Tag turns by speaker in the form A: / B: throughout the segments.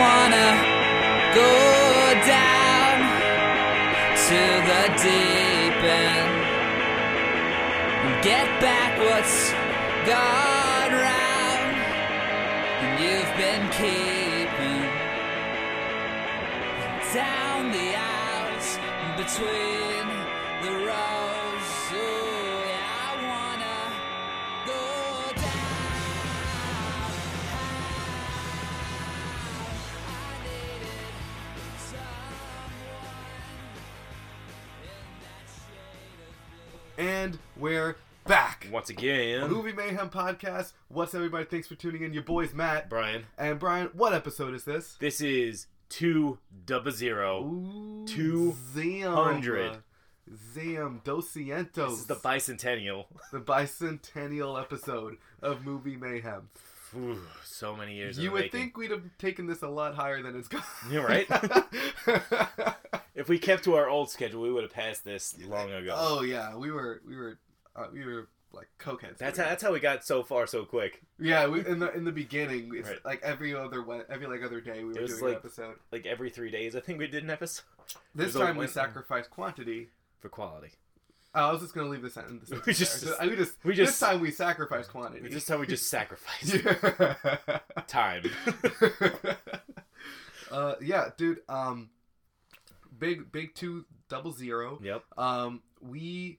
A: wanna go down to the deep end and get back what's gone round and you've been keeping down the aisles in between the rows. Ooh, yeah, I wanna go down.
B: And we're back.
C: Once again,
B: Movie Mayhem Podcast. What's everybody? Thanks for tuning in. Your boy's Matt.
C: Brian,
B: And Brian, what episode is this?
C: this is two double zero.
B: Ooh,
C: Two
B: zam.
C: hundred.
B: Zam. Doscientos.
C: This is the bicentennial.
B: the bicentennial episode of Movie Mayhem.
C: Ooh, so many years. in
B: you
C: the
B: would
C: making.
B: think we'd have taken this a lot higher than it's gone.
C: Yeah, right? if we kept to our old schedule, we would have passed this long ago.
B: oh yeah, we were we were uh, we were like cokeheads.
C: that's
B: We
C: how,
B: were-
C: that's how we got so far so quick.
B: yeah. We, in the in the beginning, it's
C: Right.
B: like every other we- every like other day we were
C: was
B: doing an
C: like-
B: episode.
C: Like every three days, I think we did an episode
B: This
C: was a
B: time we
C: one-
B: sacrificed quantity.
C: for quality.
B: Oh, I was just gonna leave this in. This
C: We just-
B: there. So, I- we just
C: we
B: this
C: just-
B: time we sacrificed quantity.
C: This is how we just sacrificed
B: yeah.
C: time.
B: uh, yeah, dude. Um, big big two double zero.
C: yep.
B: um, we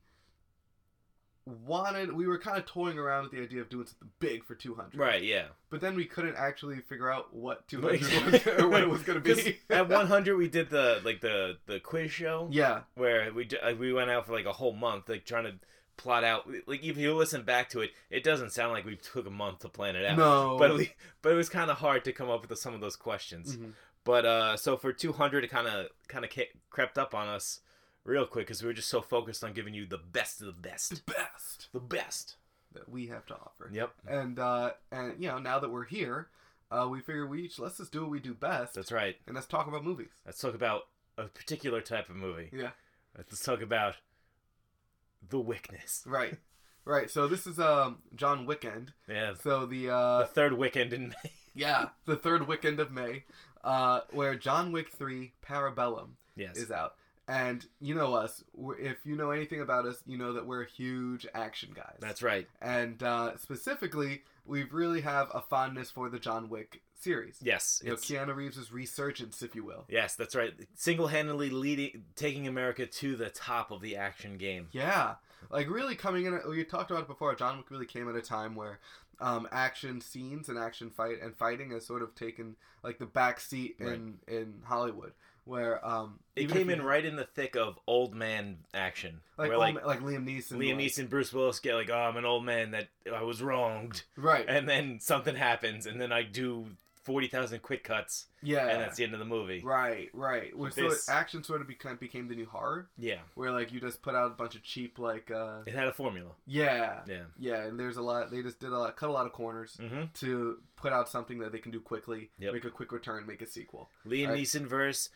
B: wanted we were kind of toying around with the idea of doing something big for 200
C: Right. Yeah.
B: but then we couldn't actually figure out what 200 was or what it was going to
C: 'Cause
B: be
C: at 100, we did the like the the quiz show.
B: yeah
C: where we ju- like, we went out for like a whole month, like trying to plot out. Like if you listen back to it, it doesn't sound like we took a month to plan it out.
B: no
C: but we, but it was kind of hard to come up with some of those questions.
B: Mhm.
C: But uh, so for 200, it kind of kind of crept up on us real quick because we were just so focused on giving you the best of the best,
B: best
C: the best.
B: that we have to offer
C: Yep,
B: and uh and you know now that we're here uh we figure we each let's just do what we do best
C: that's right.
B: and let's talk about movies
C: Let's talk about a particular type of movie.
B: yeah
C: Let's talk about the Wickness.
B: right right so this is um john wickend
C: Yeah,
B: so the
C: the
B: uh
C: third Wickend in May.
B: yeah the third weekend of may uh where john wick 3 parabellum
C: Yes,
B: is out. And you know us. We're, if you know anything about us, you know that we're huge action guys.
C: that's right.
B: And uh, specifically, we really have a fondness for the John Wick series.
C: Yes,
B: You know,
C: it's-
B: Keanu Reeves' resurgence, if you will.
C: Yes, that's right. Single-handedly leading, taking America to the top of the action game.
B: Yeah. Like, really coming in, we talked about it before, John Wick really came at a time where um, action scenes and action fight and fighting has sort of taken, like, the back seat in, in Hollywood. Where, um,
C: It
B: even if
C: came
B: you-
C: in right in the thick of old man action,
B: like,
C: where
B: old
C: like
B: ma- like Liam Neeson.
C: Liam
B: was.
C: Neeson, Bruce Willis get like, "Oh, I'm an old man that I was wronged,"
B: Right.
C: and then something happens, and then I do forty thousand quick cuts,
B: yeah.
C: and that's the end of the movie.
B: Right, right. Where so
C: This-
B: action sort of became, became the new horror,
C: Yeah,
B: where like you just put out a bunch of cheap like uh
C: it had a formula.
B: yeah,
C: Yeah.
B: yeah, and there's a lot. They just did a lot, cut a lot of corners
C: hmm
B: to put out something that they can do quickly,
C: Yep.
B: make a quick return, make a sequel.
C: Liam
B: Right.
C: Neeson versus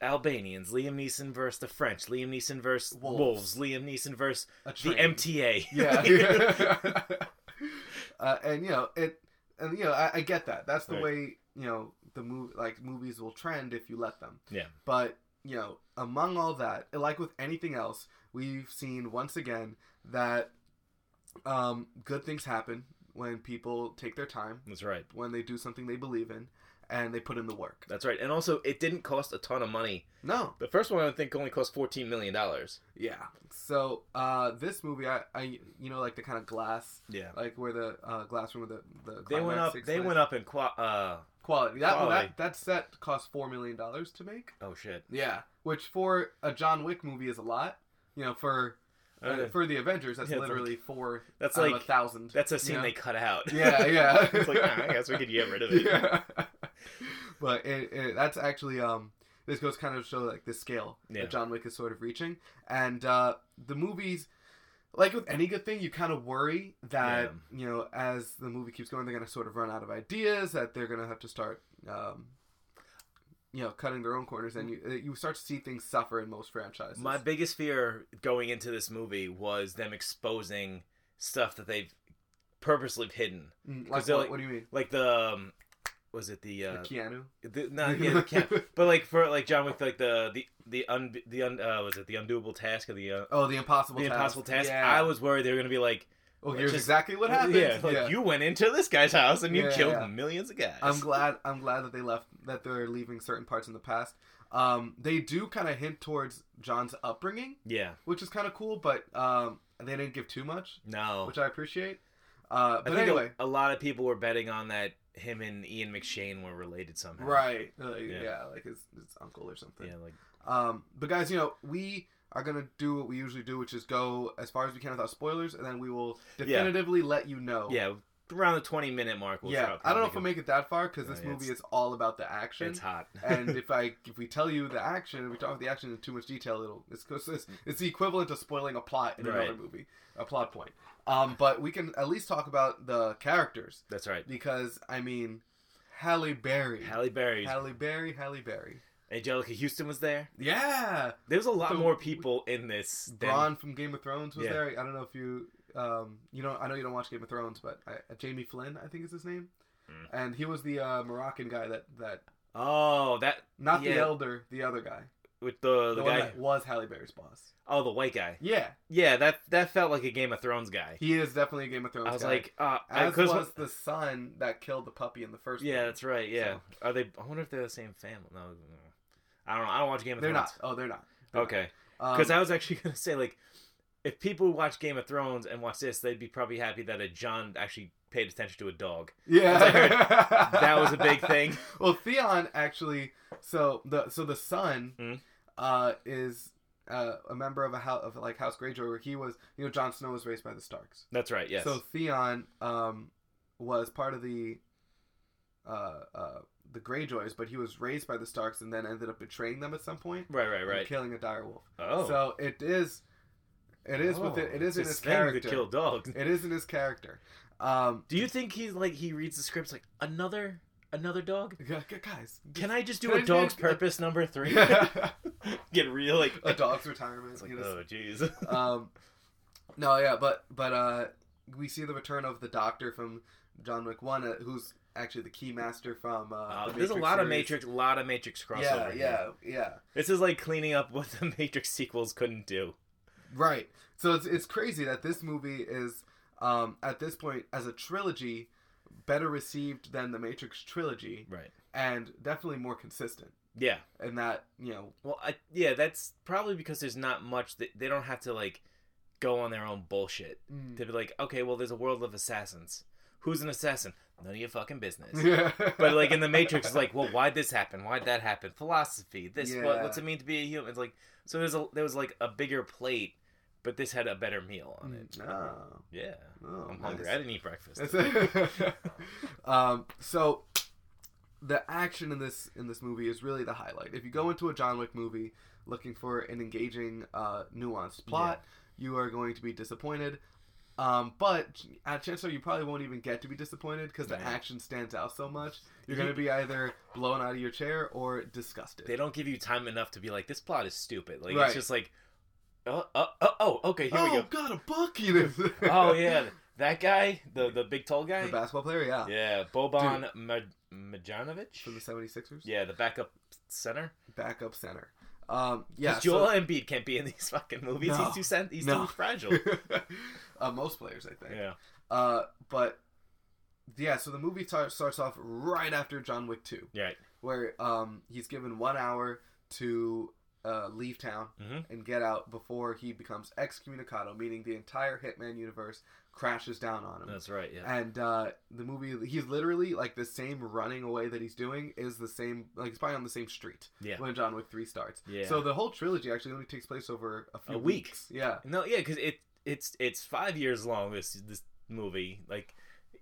C: Albanians. Liam Neeson versus the French. Liam Neeson versus
B: Wolves.
C: wolves. Liam Neeson versus
B: A
C: the
B: train.
C: MTA.
B: Yeah. uh, and you know it, and you know I, I get that. That's the
C: Right.
B: way you know the movie, like movies will trend if you let them.
C: Yeah.
B: But you know, among all that, like with anything else, we've seen once again that um, good things happen when people take their time,
C: that's right.
B: when they do something they believe in, and they put in the work.
C: That's right. And also, it didn't cost a ton of money.
B: No.
C: The first one, I think, only cost $14 million.
B: Yeah. So uh, this movie, I, I, you know, like the kind of glass,
C: Yeah.
B: like where the uh, glass room with the the
C: They went
B: climax
C: up,
B: takes
C: they
B: place.
C: went up in, qua- uh,
B: Quality. That,
C: Quality.
B: that that set cost four million dollars to make.
C: oh shit.
B: Yeah, which for a John Wick movie is a lot. You know, for uh,
C: Uh,
B: for the Avengers, that's
C: yeah, it's
B: literally four.
C: That's
B: out of
C: like-
B: a thousand.
C: That's a scene
B: Yeah.
C: they cut out.
B: yeah, yeah.
C: it's like, nah, I guess we could get rid of it.
B: yeah. But it, it, that's actually um. This goes kind of to show like the scale
C: Yeah.
B: that John Wick is sort of reaching, and uh, the movies, like with any good thing, you kind of worry that you know as the movie keeps going, they're gonna sort of run out of ideas, that they're gonna have to start, um, you know, cutting their own corners, and you uh, you start to see things suffer in most franchises.
C: My biggest fear going into this movie was them exposing stuff that they've purposely hidden.
B: Mm,
C: 'Cause
B: like,
C: they're
B: what,
C: like-
B: what do you mean?
C: Like the, um, was it the uh,
B: Like Keanu.
C: The, no, yeah, the cat. but like for like John Wick, like the the the un the un uh, was it the undoable task of the uh,
B: Oh, the impossible.
C: the
B: task.
C: impossible task?
B: Yeah.
C: I was worried they were gonna be like,
B: Well, here's
C: just-
B: exactly what happened.
C: yeah, like
B: Yeah.
C: you went into this guy's house and you
B: Yeah,
C: killed
B: yeah.
C: millions of guys.
B: I'm glad. I'm glad that they left. That they're leaving certain parts in the past. Um, they do kind of hint towards John's upbringing,
C: yeah,
B: which is kind of cool, but um, they didn't give too much,
C: no.
B: which I appreciate. Uh,
C: Oh. I
B: but
C: think a-
B: anyway,
C: a, lot of people were betting on that him and Ian McShane were related somehow.
B: right? Like, yeah.
C: Yeah.
B: like his, his uncle or something.
C: Yeah, like
B: Um, but guys, you know we are gonna do what we usually do, which is go as far as we can without spoilers, and then we will
C: Yeah.
B: definitively let you know.
C: yeah, around the twenty minute mark. We'll
B: yeah.
C: drop
B: I don't know
C: probably
B: if we'll make it that far because
C: Yeah,
B: this
C: it's-
B: movie is all about the action.
C: Oh, it's hot.
B: and if I if we tell you the action, if we talk about the action in too much detail, it'll it's 'cause it's, it's the equivalent to spoiling a plot in another
C: Right.
B: movie, a plot point. Um, but we can at least talk about the characters
C: That's right.
B: because I mean, Halle Berry,
C: Halle Berry,
B: Halle Berry, Halle Berry.
C: Angelica Houston was there.
B: Yeah,
C: There was a lot
B: So-
C: more people in this. Than,
B: Braun from Game of Thrones was
C: Yeah.
B: there. I don't know if you um you don't I know you don't watch Game of Thrones, but I, uh, Jamie Flynn I think is his name,
C: Mm.
B: and he was the uh, Moroccan guy that that
C: Oh, that
B: not
C: Yeah.
B: the elder, the other guy,
C: with the
B: the,
C: the,
B: one
C: guy.
B: that was Halle Berry's boss.
C: Oh, the white guy.
B: Yeah,
C: Yeah, that that felt like a Game of Thrones guy.
B: He is definitely a Game of Thrones.
C: I was
B: guy.
C: like, uh, I-
B: as
C: 'cause-
B: was the son that killed the puppy in the first.
C: yeah,
B: one.
C: that's right. Yeah, are they? I wonder if they're the same family. No, no. I don't know. I don't watch Game of
B: they're not.
C: Thrones.
B: Oh, they're not. Um,
C: Okay, because
B: because
C: I was actually gonna say like, if people watch Game of Thrones and watch this, they'd be probably happy that a John actually paid attention to a dog.
B: yeah,
C: as I heard, That was a big thing.
B: Well, Theon actually, so the so the son
C: Mhm.
B: uh, is uh, a member of a house of like House Greyjoy, where he was. You know, Jon Snow was raised by the Starks.
C: That's right. Yes.
B: So Theon um, was part of the uh, uh, the Greyjoys, but he was raised by the Starks and then ended up betraying them at some point,
C: right. Right.
B: and
C: Right.
B: killing a direwolf.
C: Oh.
B: So it is, it is
C: Oh,
B: with it. It is
C: it's
B: in
C: his
B: his
C: thing
B: character.
C: to kill dogs.
B: It is in his character. Um,
C: Do you think he's like he reads the scripts like another another dog?
B: gu- gu- guys,
C: Can I just do
B: Can I
C: a
B: just
C: dog's
B: do-
C: purpose number three? Get real like
B: a dog's retirement.
C: It's like,
B: you know,
C: oh jeez.
B: um, no, yeah, but but uh, we see the return of the Doctor from John Wick One, uh, who's actually the key master from. Uh,
C: Uh,
B: the
C: there's a lot of
B: series.
C: Matrix, a lot of Matrix crossover.
B: Yeah,
C: here.
B: yeah, yeah.
C: This is like cleaning up what the Matrix sequels couldn't do.
B: Right. So it's it's crazy that this movie is um, at this point as a trilogy better received than the Matrix trilogy.
C: Right.
B: and definitely more consistent.
C: Yeah.
B: And that you know,
C: Well, I, yeah, that's probably because there's not much that they don't have to like go on their own bullshit to be like, okay, well, there's a world of assassins. Who's an assassin? None of your fucking business.
B: yeah.
C: But like in the Matrix, it's like, well, why'd this happen? Why'd that happen? Philosophy. This.
B: Yeah.
C: What, what's it mean to be a human? It's like so. There's a there was like a bigger plate, but this had a better meal on it.
B: Oh,
C: Yeah.
B: oh,
C: I'm
B: nice.
C: hungry. I didn't eat breakfast.
B: That's it. um, so the action in this in this movie is really the highlight. If you go into a John Wick movie looking for an engaging, uh, nuanced plot, you are going to be disappointed. Um, but at Chancellor, you probably won't even get to be disappointed because the
C: Yeah.
B: action stands out so much. You're
C: You-
B: going to be either blown out of your chair or disgusted.
C: They don't give you time enough to be like, this plot is stupid. Like
B: Right.
C: it's just like, oh, oh, oh, oh okay, here
B: oh,
C: we go.
B: God, a book! You know.
C: Oh yeah, that guy, the the big tall guy.
B: The basketball player, yeah.
C: yeah, Boban Ma- Majanovic.
B: From the 76ers.
C: yeah, the backup center.
B: Backup center. Um, yeah.
C: Because Joel Embiid can't be in these fucking movies.
B: No.
C: He's too sen- he's
B: No.
C: too fragile.
B: so- uh, most players, I think.
C: yeah.
B: Uh, but, yeah, so the movie tar- starts off right after John Wick 2,
C: Right.
B: where um, he's given one hour to uh, leave town
C: Mhm.
B: and get out before he becomes excommunicado, meaning the entire Hitman universe crashes down on him.
C: That's right. Yeah.
B: and uh, the movie he's literally like the same running away that he's doing is the same like it's probably on the same street
C: Yeah.
B: when John Wick three starts.
C: Yeah.
B: So the whole trilogy actually only takes place over a few
C: A week.
B: weeks. Yeah,
C: no, yeah, because it it's it's five years long. This this movie, like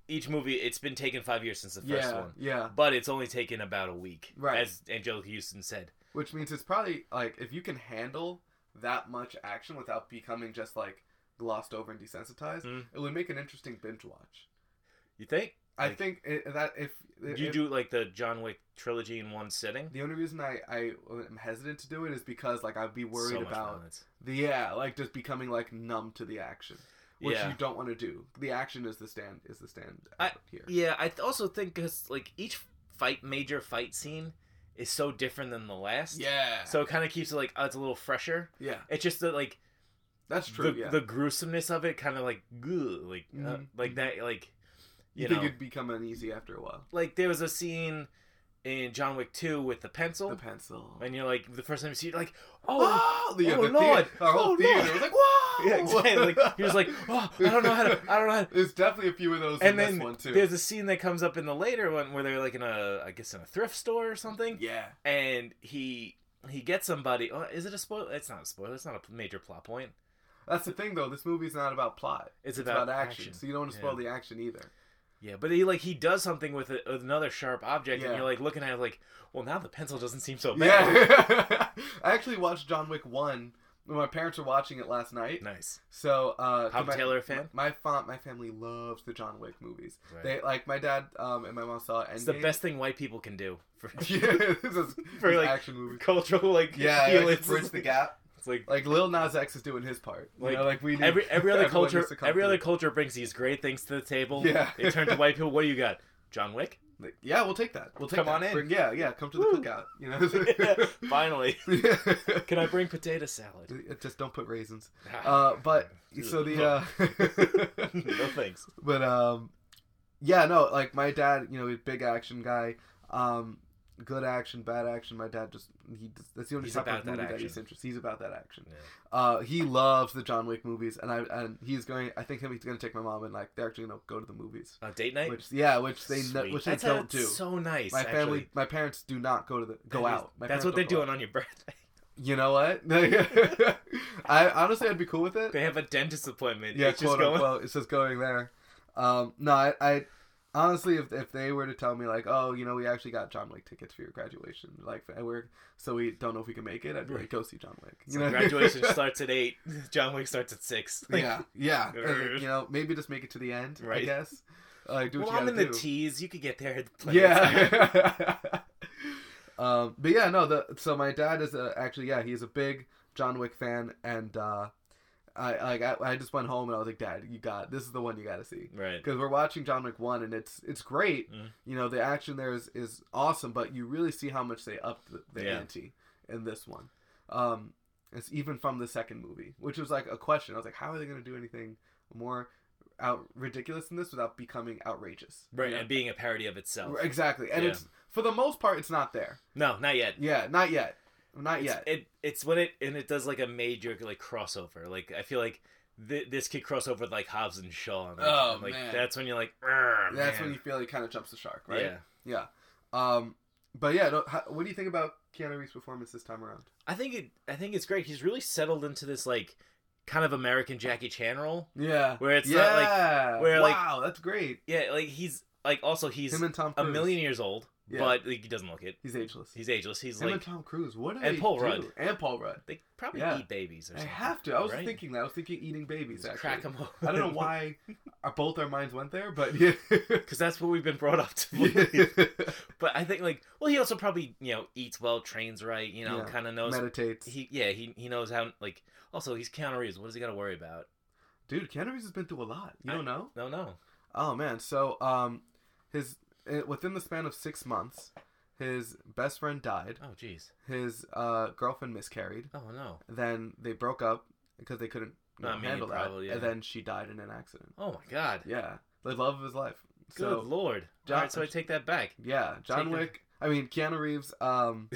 C: each movie, it's been taken five years since the first
B: yeah,
C: one,
B: yeah.
C: but it's only taken about a week,
B: Right.
C: As Angelica Houston said.
B: Which means it's probably like if you can handle that much action without becoming just like glossed over and desensitized,
C: Mm.
B: it would make an interesting binge watch.
C: You think
B: I
C: Like-
B: think it, that if
C: you
B: if-
C: do like the John Wick trilogy in one sitting?
B: The only reason I, I am hesitant to do it is because like I'd be worried
C: So much
B: about
C: violence.
B: the yeah like just becoming like numb to the action. which
C: yeah.
B: you don't want to do. The action is the stand is the stand
C: I-
B: out here.
C: Yeah, I th- also think because like each fight major fight scene is so different than the last.
B: Yeah.
C: So it kind of keeps it like oh, it's a little fresher.
B: yeah,
C: It's just that like
B: that's true.
C: the,
B: yeah.
C: the gruesomeness of it kind of like ugh, like uh,
B: Mhm.
C: like that like
B: you,
C: you,
B: think
C: know
B: it'd become uneasy after a while.
C: like there was a scene in John Wick 2 with the pencil
B: The pencil.
C: and you're like the first time you see it you're like oh
B: Oh, the,
C: oh,
B: the
C: Lord.
B: Theater, our whole
C: Oh,
B: theater
C: Lord.
B: was like, whoa!
C: yeah exactly like he was like oh I don't know how to I don't know how to
B: There's definitely a few of those in
C: and
B: this
C: then
B: one, too.
C: there's a scene that comes up in the later one where they're like in a I guess in a thrift store or something
B: Yeah.
C: and he he gets somebody oh, is it a spoiler it's not a spoiler it's not a major plot point
B: That's the thing, though. This movie's not about plot.
C: it's,
B: It's about, action, so you don't want to spoil the action either.
C: Yeah, but he like he does something with, a, with another sharp object,
B: Yeah.
C: and you're like looking at it like, well, now the pencil doesn't seem so bad.
B: Yeah. I actually watched John Wick 1 when my parents were watching it last night.
C: Nice.
B: So, uh, 'cause
C: Tom
B: my,
C: Taylor fan?
B: My, my, fa- my family loves the John Wick movies.
C: Right.
B: They like my dad um, and my mom saw Endgame.
C: It's the best thing white people can do for
B: yeah, this is
C: For,
B: this
C: like,
B: action movies.
C: cultural like
B: Yeah, it, like,
C: healings.
B: bridge the gap.
C: It's like
B: Like Lil Nas X is doing his part. You
C: Like,
B: know, like we need,
C: every every other
B: everyone
C: culture
B: needs to come
C: every other
B: through.
C: culture brings these great things to the table.
B: Yeah.
C: they turn to white people. What do you got? John Wick.
B: Like, yeah, we'll take that. We'll take
C: Come
B: that.
C: on in.
B: Bring- yeah, yeah. Come to the
C: Woo.
B: cookout. You
C: Finally,
B: know.
C: can I bring potato salad?
B: Just don't put raisins. Uh, but so uh, the
C: no
B: uh,
C: thanks.
B: but um, yeah, no, like my dad, you know, he's a big action guy. Um, good action, bad action. My dad just he that's the only
C: He's
B: type of
C: about that
B: movie that
C: action.
B: he's interested. He's about that action.
C: Yeah.
B: Uh, he loves the John Wick movies, and I and he's going. I think him he's going to take my mom and like they're actually going to go to the movies.
C: Uh, date night.
B: Which yeah, which they
C: Sweet.
B: ne- which they
C: That's how
B: don't
C: it's
B: do.
C: So nice.
B: my family,
C: actually.
B: my parents do not go to the go
C: That is-
B: out. My
C: that's
B: parents
C: what they're
B: don't go out.
C: doing on your birthday.
B: You know what? I honestly, I'd be cool with it.
C: They have a dentist appointment.
B: Yeah,
C: it's just
B: quote
C: going.
B: unquote. It's just going there. Um, no, I, I honestly, if if they were to tell me like, oh, you know, we actually got John Wick tickets for your graduation, like I work, so we don't know if we can make it. I'd be like, go see John Wick. You
C: So
B: know?
C: graduation starts at eight. John Wick starts at six. Like,
B: yeah, yeah.
C: Grr.
B: you know, maybe just make it to the end. I
C: Right.
B: guess. Like, do what
C: Well,
B: you
C: I'm in
B: gotta
C: the
B: do.
C: tees. You could get there. At the
B: Yeah. um, but yeah, no. The so my dad is a, actually yeah he's a big John Wick fan, and uh, I like I, I just went home and I was like, Dad, you got this is the one you got to see
C: Right.
B: because we're watching John Wick one and it's it's great.
C: Mm.
B: You know the action there is is awesome, but you really see how much they upped the, the
C: Yeah.
B: ante in this one. Um, it's even from the second movie, which was like a question. I was like, how are they going to do anything more out ridiculous than this without becoming outrageous? You
C: Right.
B: know?
C: And being a parody of itself.
B: Exactly, and
C: Yeah.
B: it's for the most part, it's not there.
C: No, not yet.
B: Yeah, not yet, not
C: It's,
B: yet.
C: It it's when it and it does like a major like crossover. Like I feel like th- this could cross over with like Hobbs and Shaw. And, like,
B: Oh,
C: and, like,
B: man.
C: That's when you're like. "Argh,
B: That's
C: man."
B: when you feel it kind of jumps the shark, right?
C: Yeah.
B: Yeah. Um, but yeah, no, how, what do you think about Keanu Reeves' performance this time around?
C: I think it. I think it's great. He's really settled into this like kind of American Jackie Chan role.
B: Yeah.
C: Where it's
B: yeah.
C: not like where, like-
B: wow, that's great.
C: yeah, like he's like also he's
B: Him and Tom
C: a
B: Cruise.
C: million years old,
B: Yeah.
C: but like, he doesn't look it.
B: He's ageless.
C: He's ageless. He's
B: Him
C: like
B: and Tom Cruise. What do
C: and
B: they
C: Paul
B: do?
C: Rudd.
B: And Paul Rudd.
C: they probably
B: Yeah.
C: eat babies or
B: I
C: something.
B: have to. I was
C: right?
B: thinking that. I was thinking eating babies.
C: Just
B: actually.
C: crack them open.
B: I don't know why our, both our minds went there, but yeah.
C: because that's what we've been brought up to. believe.
B: meditates.
C: But I think like well, he also probably you know eats well, trains right, you know,
B: Yeah.
C: kind of knows. He yeah he he knows how like also he's Keanu Reeves. What does he got to worry about?
B: Dude, Keanu Reeves has been through a lot. You
C: I-
B: don't know?
C: No no
B: Oh man, so um, his eh, within the span of six months, his best friend died.
C: oh jeez
B: His uh, girlfriend miscarried.
C: oh no
B: Then they broke up because they couldn't you know,
C: Not me,
B: handle that.
C: probably, yeah.
B: And then she died in an accident.
C: oh my god
B: Yeah, the love of his life.
C: good
B: so
C: lord
B: John-
C: all right so I take that back
B: yeah, John
C: Take the-
B: Wick. I mean Keanu Reeves. Um,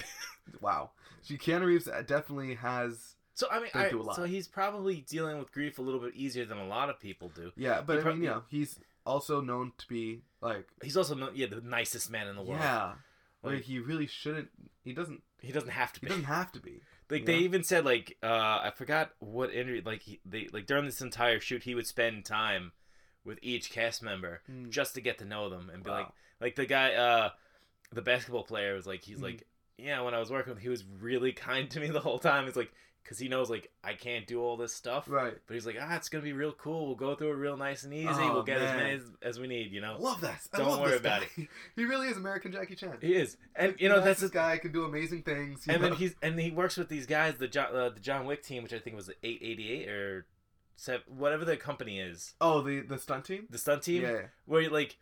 B: wow, she Keanu Reeves uh, definitely has.
C: so I mean
B: They
C: I-
B: do a lot.
C: so he's probably dealing with grief a little bit easier than a lot of people do.
B: Yeah, but
C: He
B: I
C: prob-
B: mean, you know, he's also known to be like,
C: He's also no, yeah the nicest man in the world.
B: yeah, where
C: Like-
B: he really shouldn't. He doesn't.
C: He doesn't have to
B: He
C: be.
B: doesn't have to be.
C: like
B: yeah.
C: they even said like uh I forgot what interview like he, they like during this entire shoot he would spend time with each cast member
B: Mm.
C: just to get to know them and be like
B: Wow.
C: like the guy uh the basketball player was like he's
B: Mm.
C: like yeah when I was working with he was really kind to me the whole time it's like cuz he knows like I can't do all this stuff
B: Right.
C: but he's like ah it's going to be real cool we'll go through it real nice and easy
B: Oh,
C: we'll get as
B: man.
C: many as, as we need you
B: I
C: know
B: love that. I
C: Don't
B: love
C: worry
B: this
C: about
B: guy. He really is American Jackie Chan.
C: he is and you know that's
B: this
C: his
B: guy can do amazing things. you
C: and
B: know?
C: then he's and he works with these guys, the John, uh, the John Wick team, which I think was the 888 or seven, whatever the company is,
B: oh the the stunt team.
C: the stunt team,
B: Yeah.
C: where like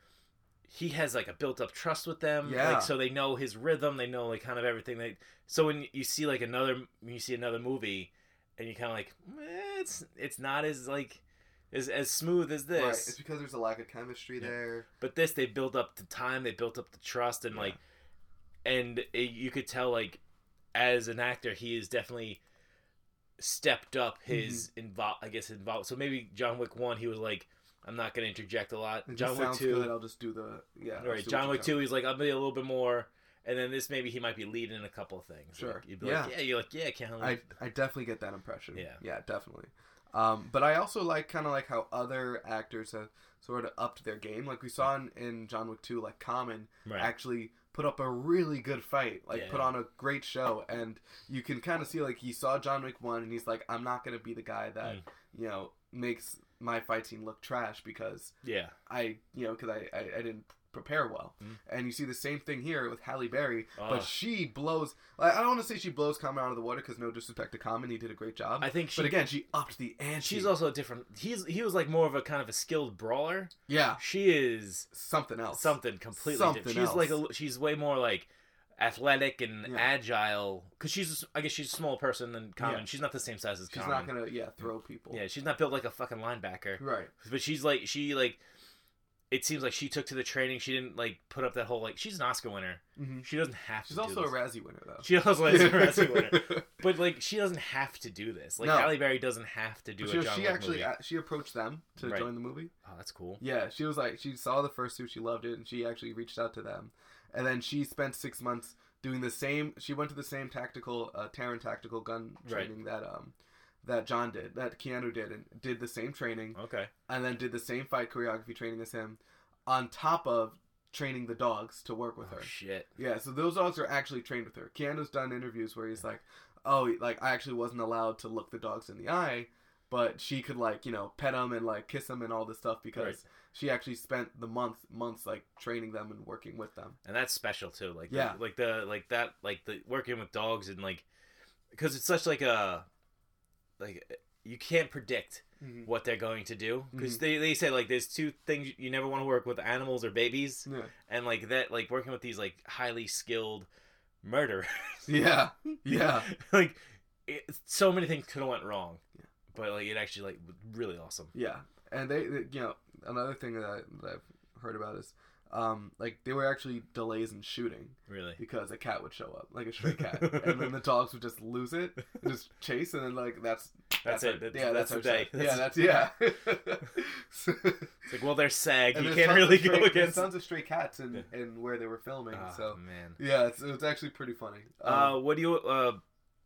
C: he has like a built up trust with them.
B: Yeah.
C: Like so they know his rhythm, they know like kind of everything they so when you see like another when you see another movie and you kinda like eh, it's it's not as like as, as smooth as this.
B: Right. It's because there's a lack of chemistry
C: Yeah.
B: there.
C: But this, they built up the time, they built up the trust, and
B: Yeah.
C: like, and it, you could tell like, as an actor, he is definitely stepped up his
B: Mm-hmm.
C: involve. I guess involved. So maybe John Wick one, he was like, I'm not gonna interject a lot.
B: It
C: John
B: just
C: Wick
B: sounds
C: two,
B: good. I'll just do the yeah. I'll
C: right?
B: just do
C: John
B: what
C: Wick
B: you
C: two, he's like, I'll be a little bit more. And then this, maybe he might be leading in a couple of things.
B: Sure.
C: Like, you'd be like, yeah, you're like, yeah, can't.
B: tell me. I I definitely get that impression.
C: Yeah.
B: Yeah, definitely. Um, but I also like kind of like how other actors have sort of upped their game. Like we saw in, in John Wick two, like Common
C: right.
B: actually put up a really good fight, like put
C: Yeah.
B: on a great show, and you can kind of see like he saw John Wick one, and he's like, I'm not gonna be the guy that
C: Mm.
B: you know makes my fight scene look trash because
C: yeah.
B: I you know because I, I I didn't prepare well,
C: Mm.
B: and you see the same thing here with Halle Berry,
C: Oh.
B: but she blows. Like, I don't want to say she blows Common out of the water because no disrespect to Common, he did a great job.
C: I think she.
B: but again, she upped the ante.
C: she's also a different. He's he was like more of a kind of a skilled brawler.
B: yeah,
C: She is
B: something else.
C: something completely
B: Something
C: different. She's like
B: else.
C: a, she's way more like athletic and
B: Yeah.
C: agile because she's I guess she's a small person than Common.
B: Yeah.
C: She's not the same size as
B: She's
C: Common.
B: not gonna yeah throw people.
C: Yeah, she's not built like a fucking linebacker.
B: Right.
C: But she's like she like it seems like she took to the training. She didn't like put up that whole like she's an Oscar winner.
B: hmm
C: She doesn't have
B: She's
C: to.
B: also
C: do
B: a
C: this.
B: Razzie winner though.
C: She also is a wrestling winner. But like she doesn't have to do this. Like
B: No.
C: Halle Berry doesn't have to do
B: But
C: a
B: she,
C: John
B: she
C: Wick
B: actually
C: movie.
B: uh, she approached them to
C: Right.
B: join the movie.
C: oh, that's cool.
B: Yeah, she was like she saw the first two, she loved it, and she actually reached out to them. And then she spent six months doing the same. She went to the same tactical uh, Terran tactical gun
C: Right.
B: training that um that John did, that Keanu did, and did the same training,
C: Okay.
B: and then did the same fight choreography training as him, on top of training the dogs to work with
C: Oh,
B: her.
C: shit.
B: Yeah, so those dogs are actually trained with her. Keanu's done interviews where he's like, "Oh, like I actually wasn't allowed to look the dogs in the eye, but she could like you know pet them and like kiss them and all this stuff because
C: Right.
B: she actually spent the month months like training them and working with them."
C: and that's special too like
B: Yeah.
C: the, like the like that like the working with dogs and like because it's such like a like you can't predict what they're going to do because
B: Mm-hmm.
C: they, they say like there's two things you never want to work with animals or babies
B: Yeah,
C: and like that like working with these like highly skilled murderers
B: yeah, yeah.
C: like it, so many things could have went wrong
B: Yeah.
C: but like it actually like was really awesome
B: Yeah, and they, they- you know, another thing that, I, that I've heard about is, um, like they were actually delays in shooting
C: really
B: because a cat would show up, like a stray cat, and then the dogs would just lose it, and just chase, and then like that's
C: that's, it
B: our-
C: that's, that's, the day
B: our set. Yeah, that's yeah. So-
C: it's like well they're sag
B: and
C: you
B: there's
C: can't
B: tons of
C: really
B: stray-
C: go against
B: There's tons of stray cats in,
C: Yeah.
B: in where they were filming.
C: Ah,
B: so
C: man
B: yeah, it's, it's actually pretty funny.
C: Uh,
B: Um,
C: what do you uh,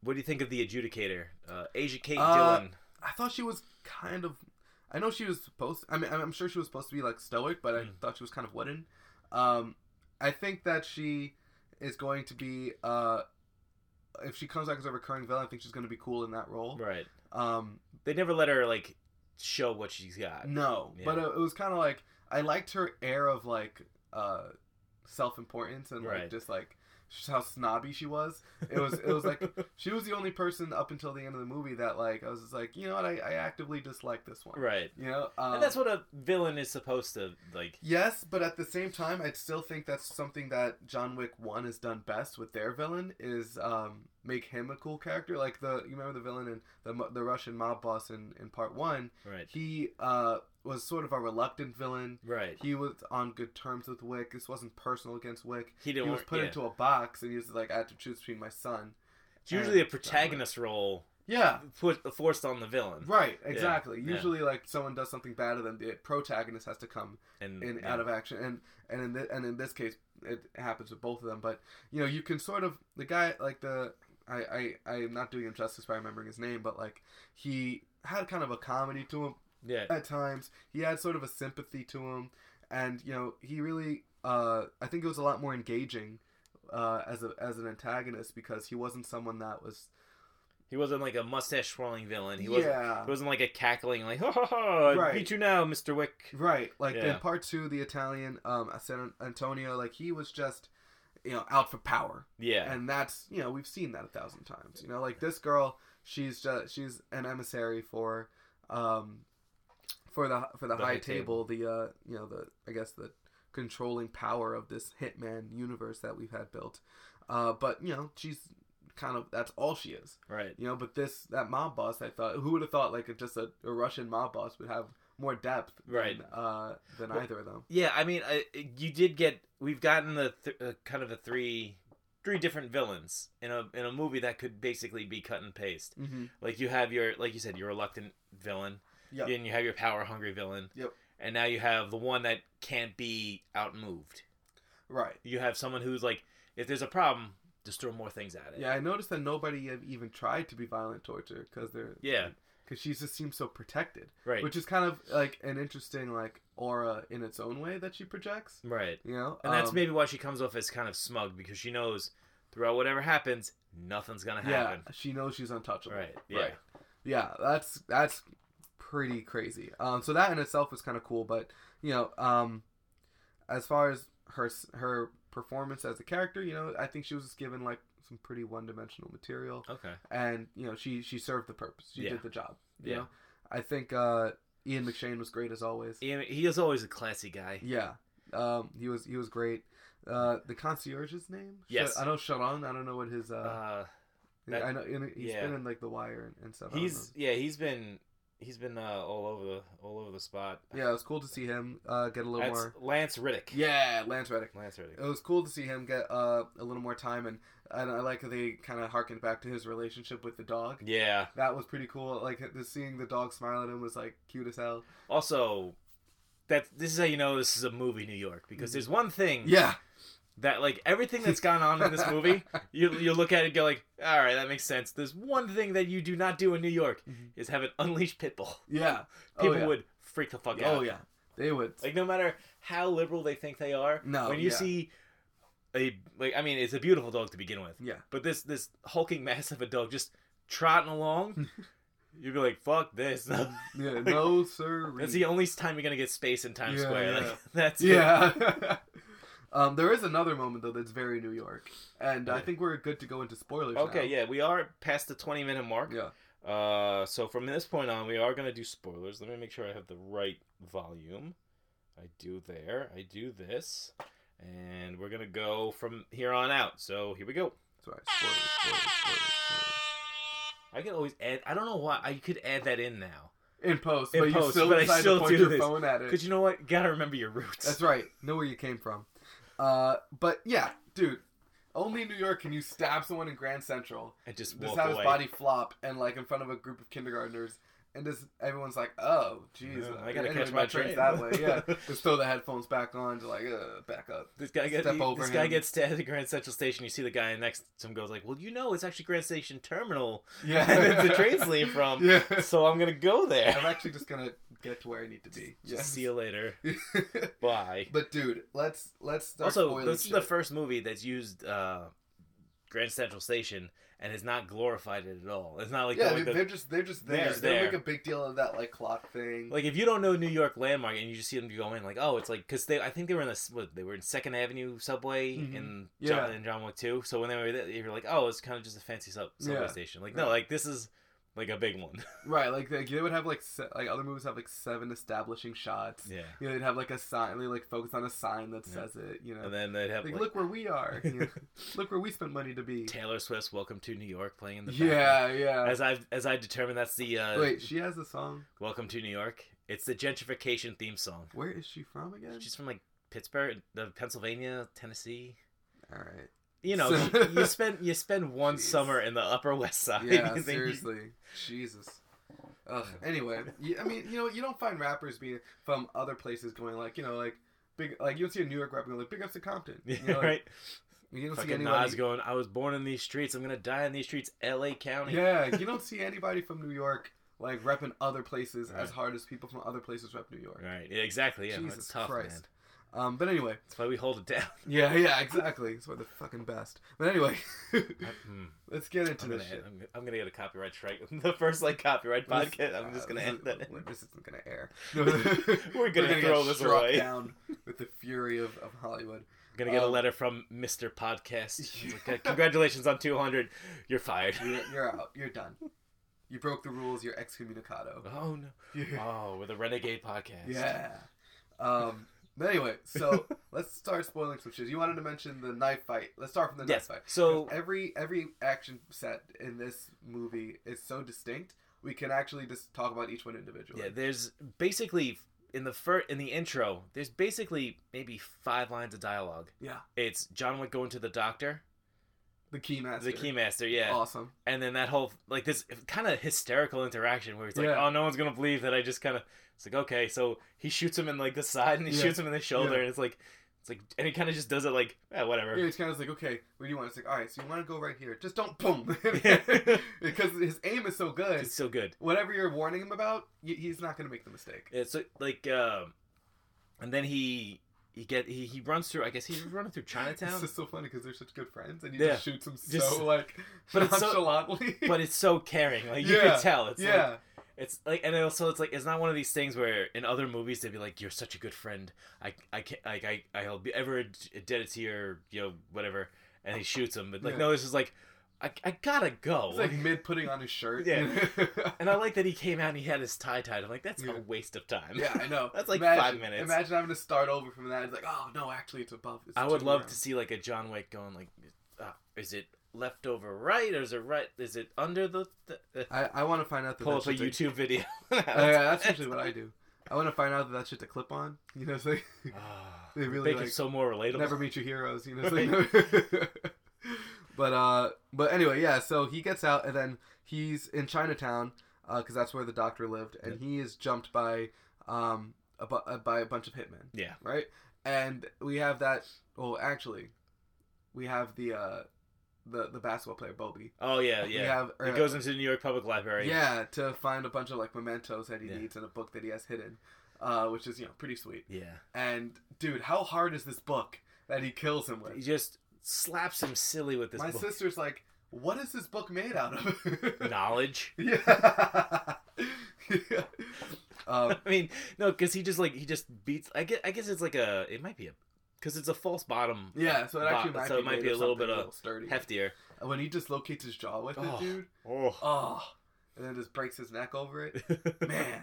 C: what do you think of the adjudicator, uh, Asia Kate
B: Uh,
C: Dillon?
B: I thought she was kind of. I know she was supposed. I mean, I'm I'm sure she was supposed to be like stoic, but I
C: Mm.
B: thought she was kind of wooden. Um, I think that she is going to be. Uh, if she comes back as a recurring villain, I think she's going to be cool in that role.
C: Right.
B: Um,
C: They never let her like show what she's got.
B: No, but uh,
C: Yeah.
B: it, it was kind of like I liked her air of like uh self-importance and
C: Right.
B: like just like just how snobby she was. It was it was like she was the only person up until the end of the movie that like I was just like you know what I, I actively dislike this one.
C: right.
B: You know, um,
C: and that's what a villain is supposed to like.
B: Yes, but at the same time, I still think that's something that John Wick One has done best with their villain is um, make him a cool character. Like the you remember the villain in the mo- the Russian mob boss in, in part one,
C: Right.
B: he uh, was sort of a reluctant villain.
C: Right.
B: he was on good terms with Wick. This wasn't personal against Wick.
C: He
B: He
C: didn't.
B: was
C: work-
B: put
C: yeah.
B: into a box, and he was like, "I had to choose between my son."
C: It's usually a
B: and-
C: protagonist role
B: Yeah,
C: put forced on the villain,
B: right, exactly.
C: yeah.
B: Usually, like someone does something bad to them, the protagonist has to come
C: and,
B: in
C: Mm, yeah.
B: out of action, and and in thi- and in this case, it happens with both of them. But you know, you can sort of the guy like the I I I am not doing him justice by remembering his name, but like he had kind of a comedy to him
C: yeah.
B: at times. He had sort of a sympathy to him, and you know he really, uh, I think it was a lot more engaging uh, as a as an antagonist because he wasn't someone that was
C: He wasn't like a mustache swirling villain. He wasn't.
B: yeah
C: He wasn't like a cackling like ha ha ha. I
B: Right.
C: Beat you now, Mister Wick.
B: right like
C: Yeah.
B: in part two the Italian um San Antonio like he was just you know out for power
C: Yeah.
B: and that's you know we've seen that a thousand times you know like this girl she's just she's an emissary for um for the for the,
C: The
B: high
C: high
B: table, the uh you know the I guess the controlling power of this hitman universe that we've had built. Uh, but you know, she's kind of that's all she is.
C: Right.
B: You know, but this that mob boss, I thought, who would have thought like just a, a Russian mob boss would have more depth,
C: Right.
B: Than, uh, than
C: Well-
B: either of them.
C: Yeah, I mean, I, you did get we've gotten the th- uh, kind of the three three different villains in a in a movie that could basically be cut and paste.
B: Mm-hmm.
C: Like you have your like you said your reluctant villain,
B: Yep.
C: then you have your power hungry villain.
B: Yep.
C: And now you have the one that can't be outmoved.
B: Right.
C: You have someone who's like if there's a problem, just throw more things at it.
B: Yeah, I noticed that nobody have even tried to be violent torture because they're
C: Yeah.
B: because she just seems so protected,
C: Right.
B: which is kind of like an interesting like aura in its own way that she projects.
C: right.
B: You know,
C: And that's
B: Um,
C: maybe why she comes off as kind of smug because she knows throughout whatever happens, nothing's gonna
B: yeah,
C: happen.
B: she knows she's untouchable.
C: Right. Yeah.
B: yeah, that's that's pretty crazy. Um, so that in itself was kind of cool, but you know, um, as far as her s- her performance as a character, you know, I think she was just given like some pretty one dimensional material,
C: Okay.
B: and you know, she she served the purpose. She
C: Yeah.
B: did the job. You
C: Yeah.
B: know, I think uh, Ian McShane was great as always.
C: Yeah, he is always a classy guy.
B: Yeah, um, he was he was great. Uh, the concierge's name? Sh-
C: Yes.
B: I know Sharon. I don't know what his. Uh,
C: Uh, that-
B: I know and he's
C: yeah.
B: been in like The Wire and, and stuff. I don't know.
C: he's yeah, he's been he's been uh, all over the all over the spot.
B: Yeah, it was cool to see him uh, get a little
C: That's
B: more.
C: Lance Riddick.
B: Yeah, Lance Reddick.
C: Lance Riddick.
B: It was cool to see him get uh, a little more time, and, and I like how they kind of harkened back to his relationship with the dog.
C: Yeah.
B: That was pretty cool. Like the, seeing the dog smile at him was like cute as hell.
C: Also, that this is how you know this is a movie New York because there's one thing
B: Yeah,
C: that like everything that's gone on in this movie, you you look at it and go like, all right, that makes sense. There's one thing that you do not do in New York
B: Mhm.
C: is have an unleashed pit bull.
B: yeah.
C: People
B: oh, yeah.
C: would freak the fuck out.
B: Oh yeah, they would.
C: Like no matter how liberal they think they are,
B: No,
C: when you
B: yeah.
C: see a like I mean it's a beautiful dog to begin with.
B: Yeah.
C: But this this hulking mass of a dog just trotting along, you'd be like, "Fuck this!" that's
B: yeah, no sir.
C: the only time you're gonna get space in Times
B: Yeah,
C: Square.
B: yeah.
C: Like, that's it.
B: Yeah. um, there is another moment though that's very New York, and I
C: Okay.
B: think we're good to go into spoilers.
C: Okay, yeah, we are past the 20 minute mark.
B: Yeah.
C: Uh, so from this point on, we are gonna do spoilers. Let me make sure I have the right volume. I do there. I do this, and we're gonna go from here on out. So here we go.
B: Sorry. Spoilers, spoilers, spoilers, spoilers.
C: I could always add. I don't know why I could add that in now.
B: In post,
C: In
B: but you
C: post,
B: still
C: but I
B: decide
C: still
B: to point
C: do
B: your
C: this.
B: phone at it.
C: Cause you know what? You gotta remember your roots.
B: That's right. Know where you came from. Uh, but yeah, dude. Only in New York can you stab someone in Grand Central.
C: And just
B: Just
C: walk
B: have
C: away.
B: his body flop and like in front of a group of kindergartners, and just everyone's like, "Oh, jeez,
C: Yeah,
B: uh,
C: I gotta
B: anyway,
C: catch my
B: train's
C: train."
B: that way." Yeah, just throw the headphones back on, to like, uh, back up.
C: This guy gets
B: Step
C: he-
B: over
C: this guy
B: him.
C: gets stabbed at Grand Central Station. You see the guy next to him goes like, "Well, you know, it's actually Grand Station Terminal,
B: Yeah,
C: that the train's leave from.
B: Yeah,
C: so I'm gonna go
B: I'm
C: there.
B: actually just gonna get to where I need to be.
C: Just See you later.
B: Yeah.
C: Bye."
B: but dude, let's let's start
C: Also,
B: spoiling
C: this is
B: shit.
C: the first movie that's used uh, Grand Central Station and has not glorified it at all. It's not like
B: yeah,
C: the-
B: they,
C: the-
B: they're just they're just
C: they're
B: there.
C: just
B: They
C: there.
B: make a big deal of that like clock thing.
C: Like if you don't know New York landmark and you just see them go in, like oh, it's like because they I think they were in the what, they were in Second Avenue subway
B: Mhm.
C: in
B: Yeah.
C: John in John Wick two. So when they were there, you're like oh, it's kind of just a fancy sub- subway
B: Yeah.
C: station. Like no,
B: Yeah.
C: like this is like a big one.
B: right, like they, they would have like se- like other movies have like seven establishing shots.
C: yeah.
B: You know, they'd have like a sign. They like focus on a sign that
C: Yeah.
B: says it. You know,
C: And then they'd have
B: like,
C: like,
B: look where we are. You know, look where we spent money to be.
C: Taylor Swift's "Welcome to New York" playing in the background.
B: Yeah, yeah.
C: As I've as I determined, that's the uh,
B: Wait, she has a song.
C: "Welcome to New York." It's the gentrification theme song.
B: Where is she from again?
C: She's from like Pittsburgh, the Pennsylvania, Tennessee.
B: All right.
C: You know,
B: So-
C: you, you spend you spend one
B: Jeez.
C: summer in the Upper West Side.
B: Yeah,
C: and then you-
B: seriously. Jesus. Ugh. Anyway, you, I mean, you know, you don't find rappers being from other places going like, you know, like big, like you don't see a New York rapper going like, big ups to Compton.
C: Yeah,
B: You know, like,
C: right.
B: You don't see
C: Fucking
B: anybody.
C: Nas going, I was born in these streets. I'm gonna die in these streets, L.A. County.
B: yeah, you don't see anybody from New York like repping other places
C: Right.
B: as hard as people from other places rep New York.
C: Right. Yeah, exactly. Yeah.
B: Jesus
C: it's tough,
B: Christ.
C: man.
B: Um, but anyway,
C: That's why we hold it down.
B: yeah, yeah, exactly. It's why they're fucking best. But anyway,
C: Hmm.
B: let's get into
C: I'm, gonna,
B: this shit.
C: I'm, I'm gonna get a copyright strike. the first like copyright
B: This-
C: podcast. I'm just
B: uh,
C: gonna
B: this
C: end
B: is-
C: that. in.
B: well, This isn't gonna air.
C: We're gonna,
B: get
C: throw this
B: struck
C: away.
B: down with the fury of, of Hollywood.
C: I'm gonna get a
B: Um,
C: letter from Mr. Podcast.
B: Yeah.
C: Okay, Congratulations on 200. You're fired.
B: You're, you're out. You're done. You broke the rules. You're excommunicado.
C: Oh no. Oh, we're the Renegade Podcast.
B: Yeah. Um, But anyway, so let's start spoiling some shit. You wanted to mention the knife fight. Let's start from the
C: Yes.
B: knife fight.
C: So-
B: every every action set in this movie is so distinct. We can actually just talk about each one individually.
C: Yeah, there's basically in the fir- in the intro, there's basically maybe five lines of dialogue.
B: Yeah.
C: It's John Wick going to the doctor,
B: The keymaster.
C: the keymaster, yeah,
B: Awesome.
C: and then that whole like this kind of hysterical interaction where it's like,
B: Yeah.
C: oh, no one's gonna believe that I just kind of. It's like okay, so he shoots him in like the side and he
B: Yeah.
C: shoots him in the shoulder,
B: Yeah.
C: and it's like, it's like, and he kind of just does it like, yeah, whatever.
B: Yeah, it's kind of like, okay, where do you want? It's like, all right, so you want to go right here. Just don't boom.
C: Yeah.
B: because his aim is so good.
C: It's so good.
B: Whatever you're warning him about, y- he's not going to make the mistake.
C: It's like- like, um, and then he he get he, he runs through. I guess he's running through
B: It's
C: Chinatown,
B: just so funny because they're such good friends, and he
C: Yeah.
B: just shoots him so
C: Just-
B: like
C: but it's so-
B: nonchalantly.
C: but it's so caring. Like you
B: Yeah.
C: can tell. It's like,
B: yeah,
C: It's like, and also it's like, it's not one of these things where in other movies they'd be like, "You're such a good friend. I, I can't, like, I, I'll be ever indebted to your, you know, whatever." And he shoots him, but like,
B: Yeah.
C: no, this is like, I, I gotta go.
B: it's like mid putting on his shirt.
C: Yeah.
B: yeah,
C: and I like that he came out and he had his tie tied. I'm like, that's
B: Yeah.
C: a waste of time.
B: I know.
C: That's like
B: imagine,
C: five minutes.
B: Imagine having to start over from that. It's like, oh no, actually, it's above. It's
C: I would
B: two
C: love to
B: rounds.
C: see like a John Wick going like, uh, is it left over right or is it right? Is it under the? Th- uh,
B: I, I want to find out that
C: pull
B: that
C: up a
B: shit's
C: YouTube video. that's,
B: Oh, yeah, that's usually what I do. I want to find out that that shit's a clip on. You know, it's like
C: Ah,
B: They really,
C: make
B: like,
C: it so more relatable.
B: never meet your heroes. You know, it's like, but uh, but anyway, yeah. So he gets out, and then he's in Chinatown because that's where the doctor lived, and he is jumped by um a bu- uh, by a bunch of hitmen,
C: Yeah.
B: right? And we have that. Well, actually, we have the uh the the basketball player Bobby.
C: Oh yeah,
B: We
C: yeah.
B: have
C: He
B: or-
C: goes into the New York Public Library.
B: Yeah, to find a bunch of like mementos that he
C: Yeah.
B: needs in a book that he has hidden, uh, which is you know pretty sweet.
C: Yeah.
B: And dude, how hard is this book that he kills him
C: He
B: with?
C: just slaps him silly with this
B: My
C: book.
B: sister's like, "What is this book made out of?"
C: knowledge.
B: yeah. yeah. Um,
C: I mean, no, because he just like he just beats. I guess, I guess it's like a. It might be a because it's a false bottom.
B: yeah, so it actually
C: Wow,
B: might
C: so
B: be,
C: it might
B: made
C: be a
B: of
C: little
B: something
C: bit of
B: sturdy.
C: heftier.
B: when he dislocates his jaw with
C: Oh.
B: it, dude.
C: Oh,
B: Oh, and then just breaks his neck over it. Man,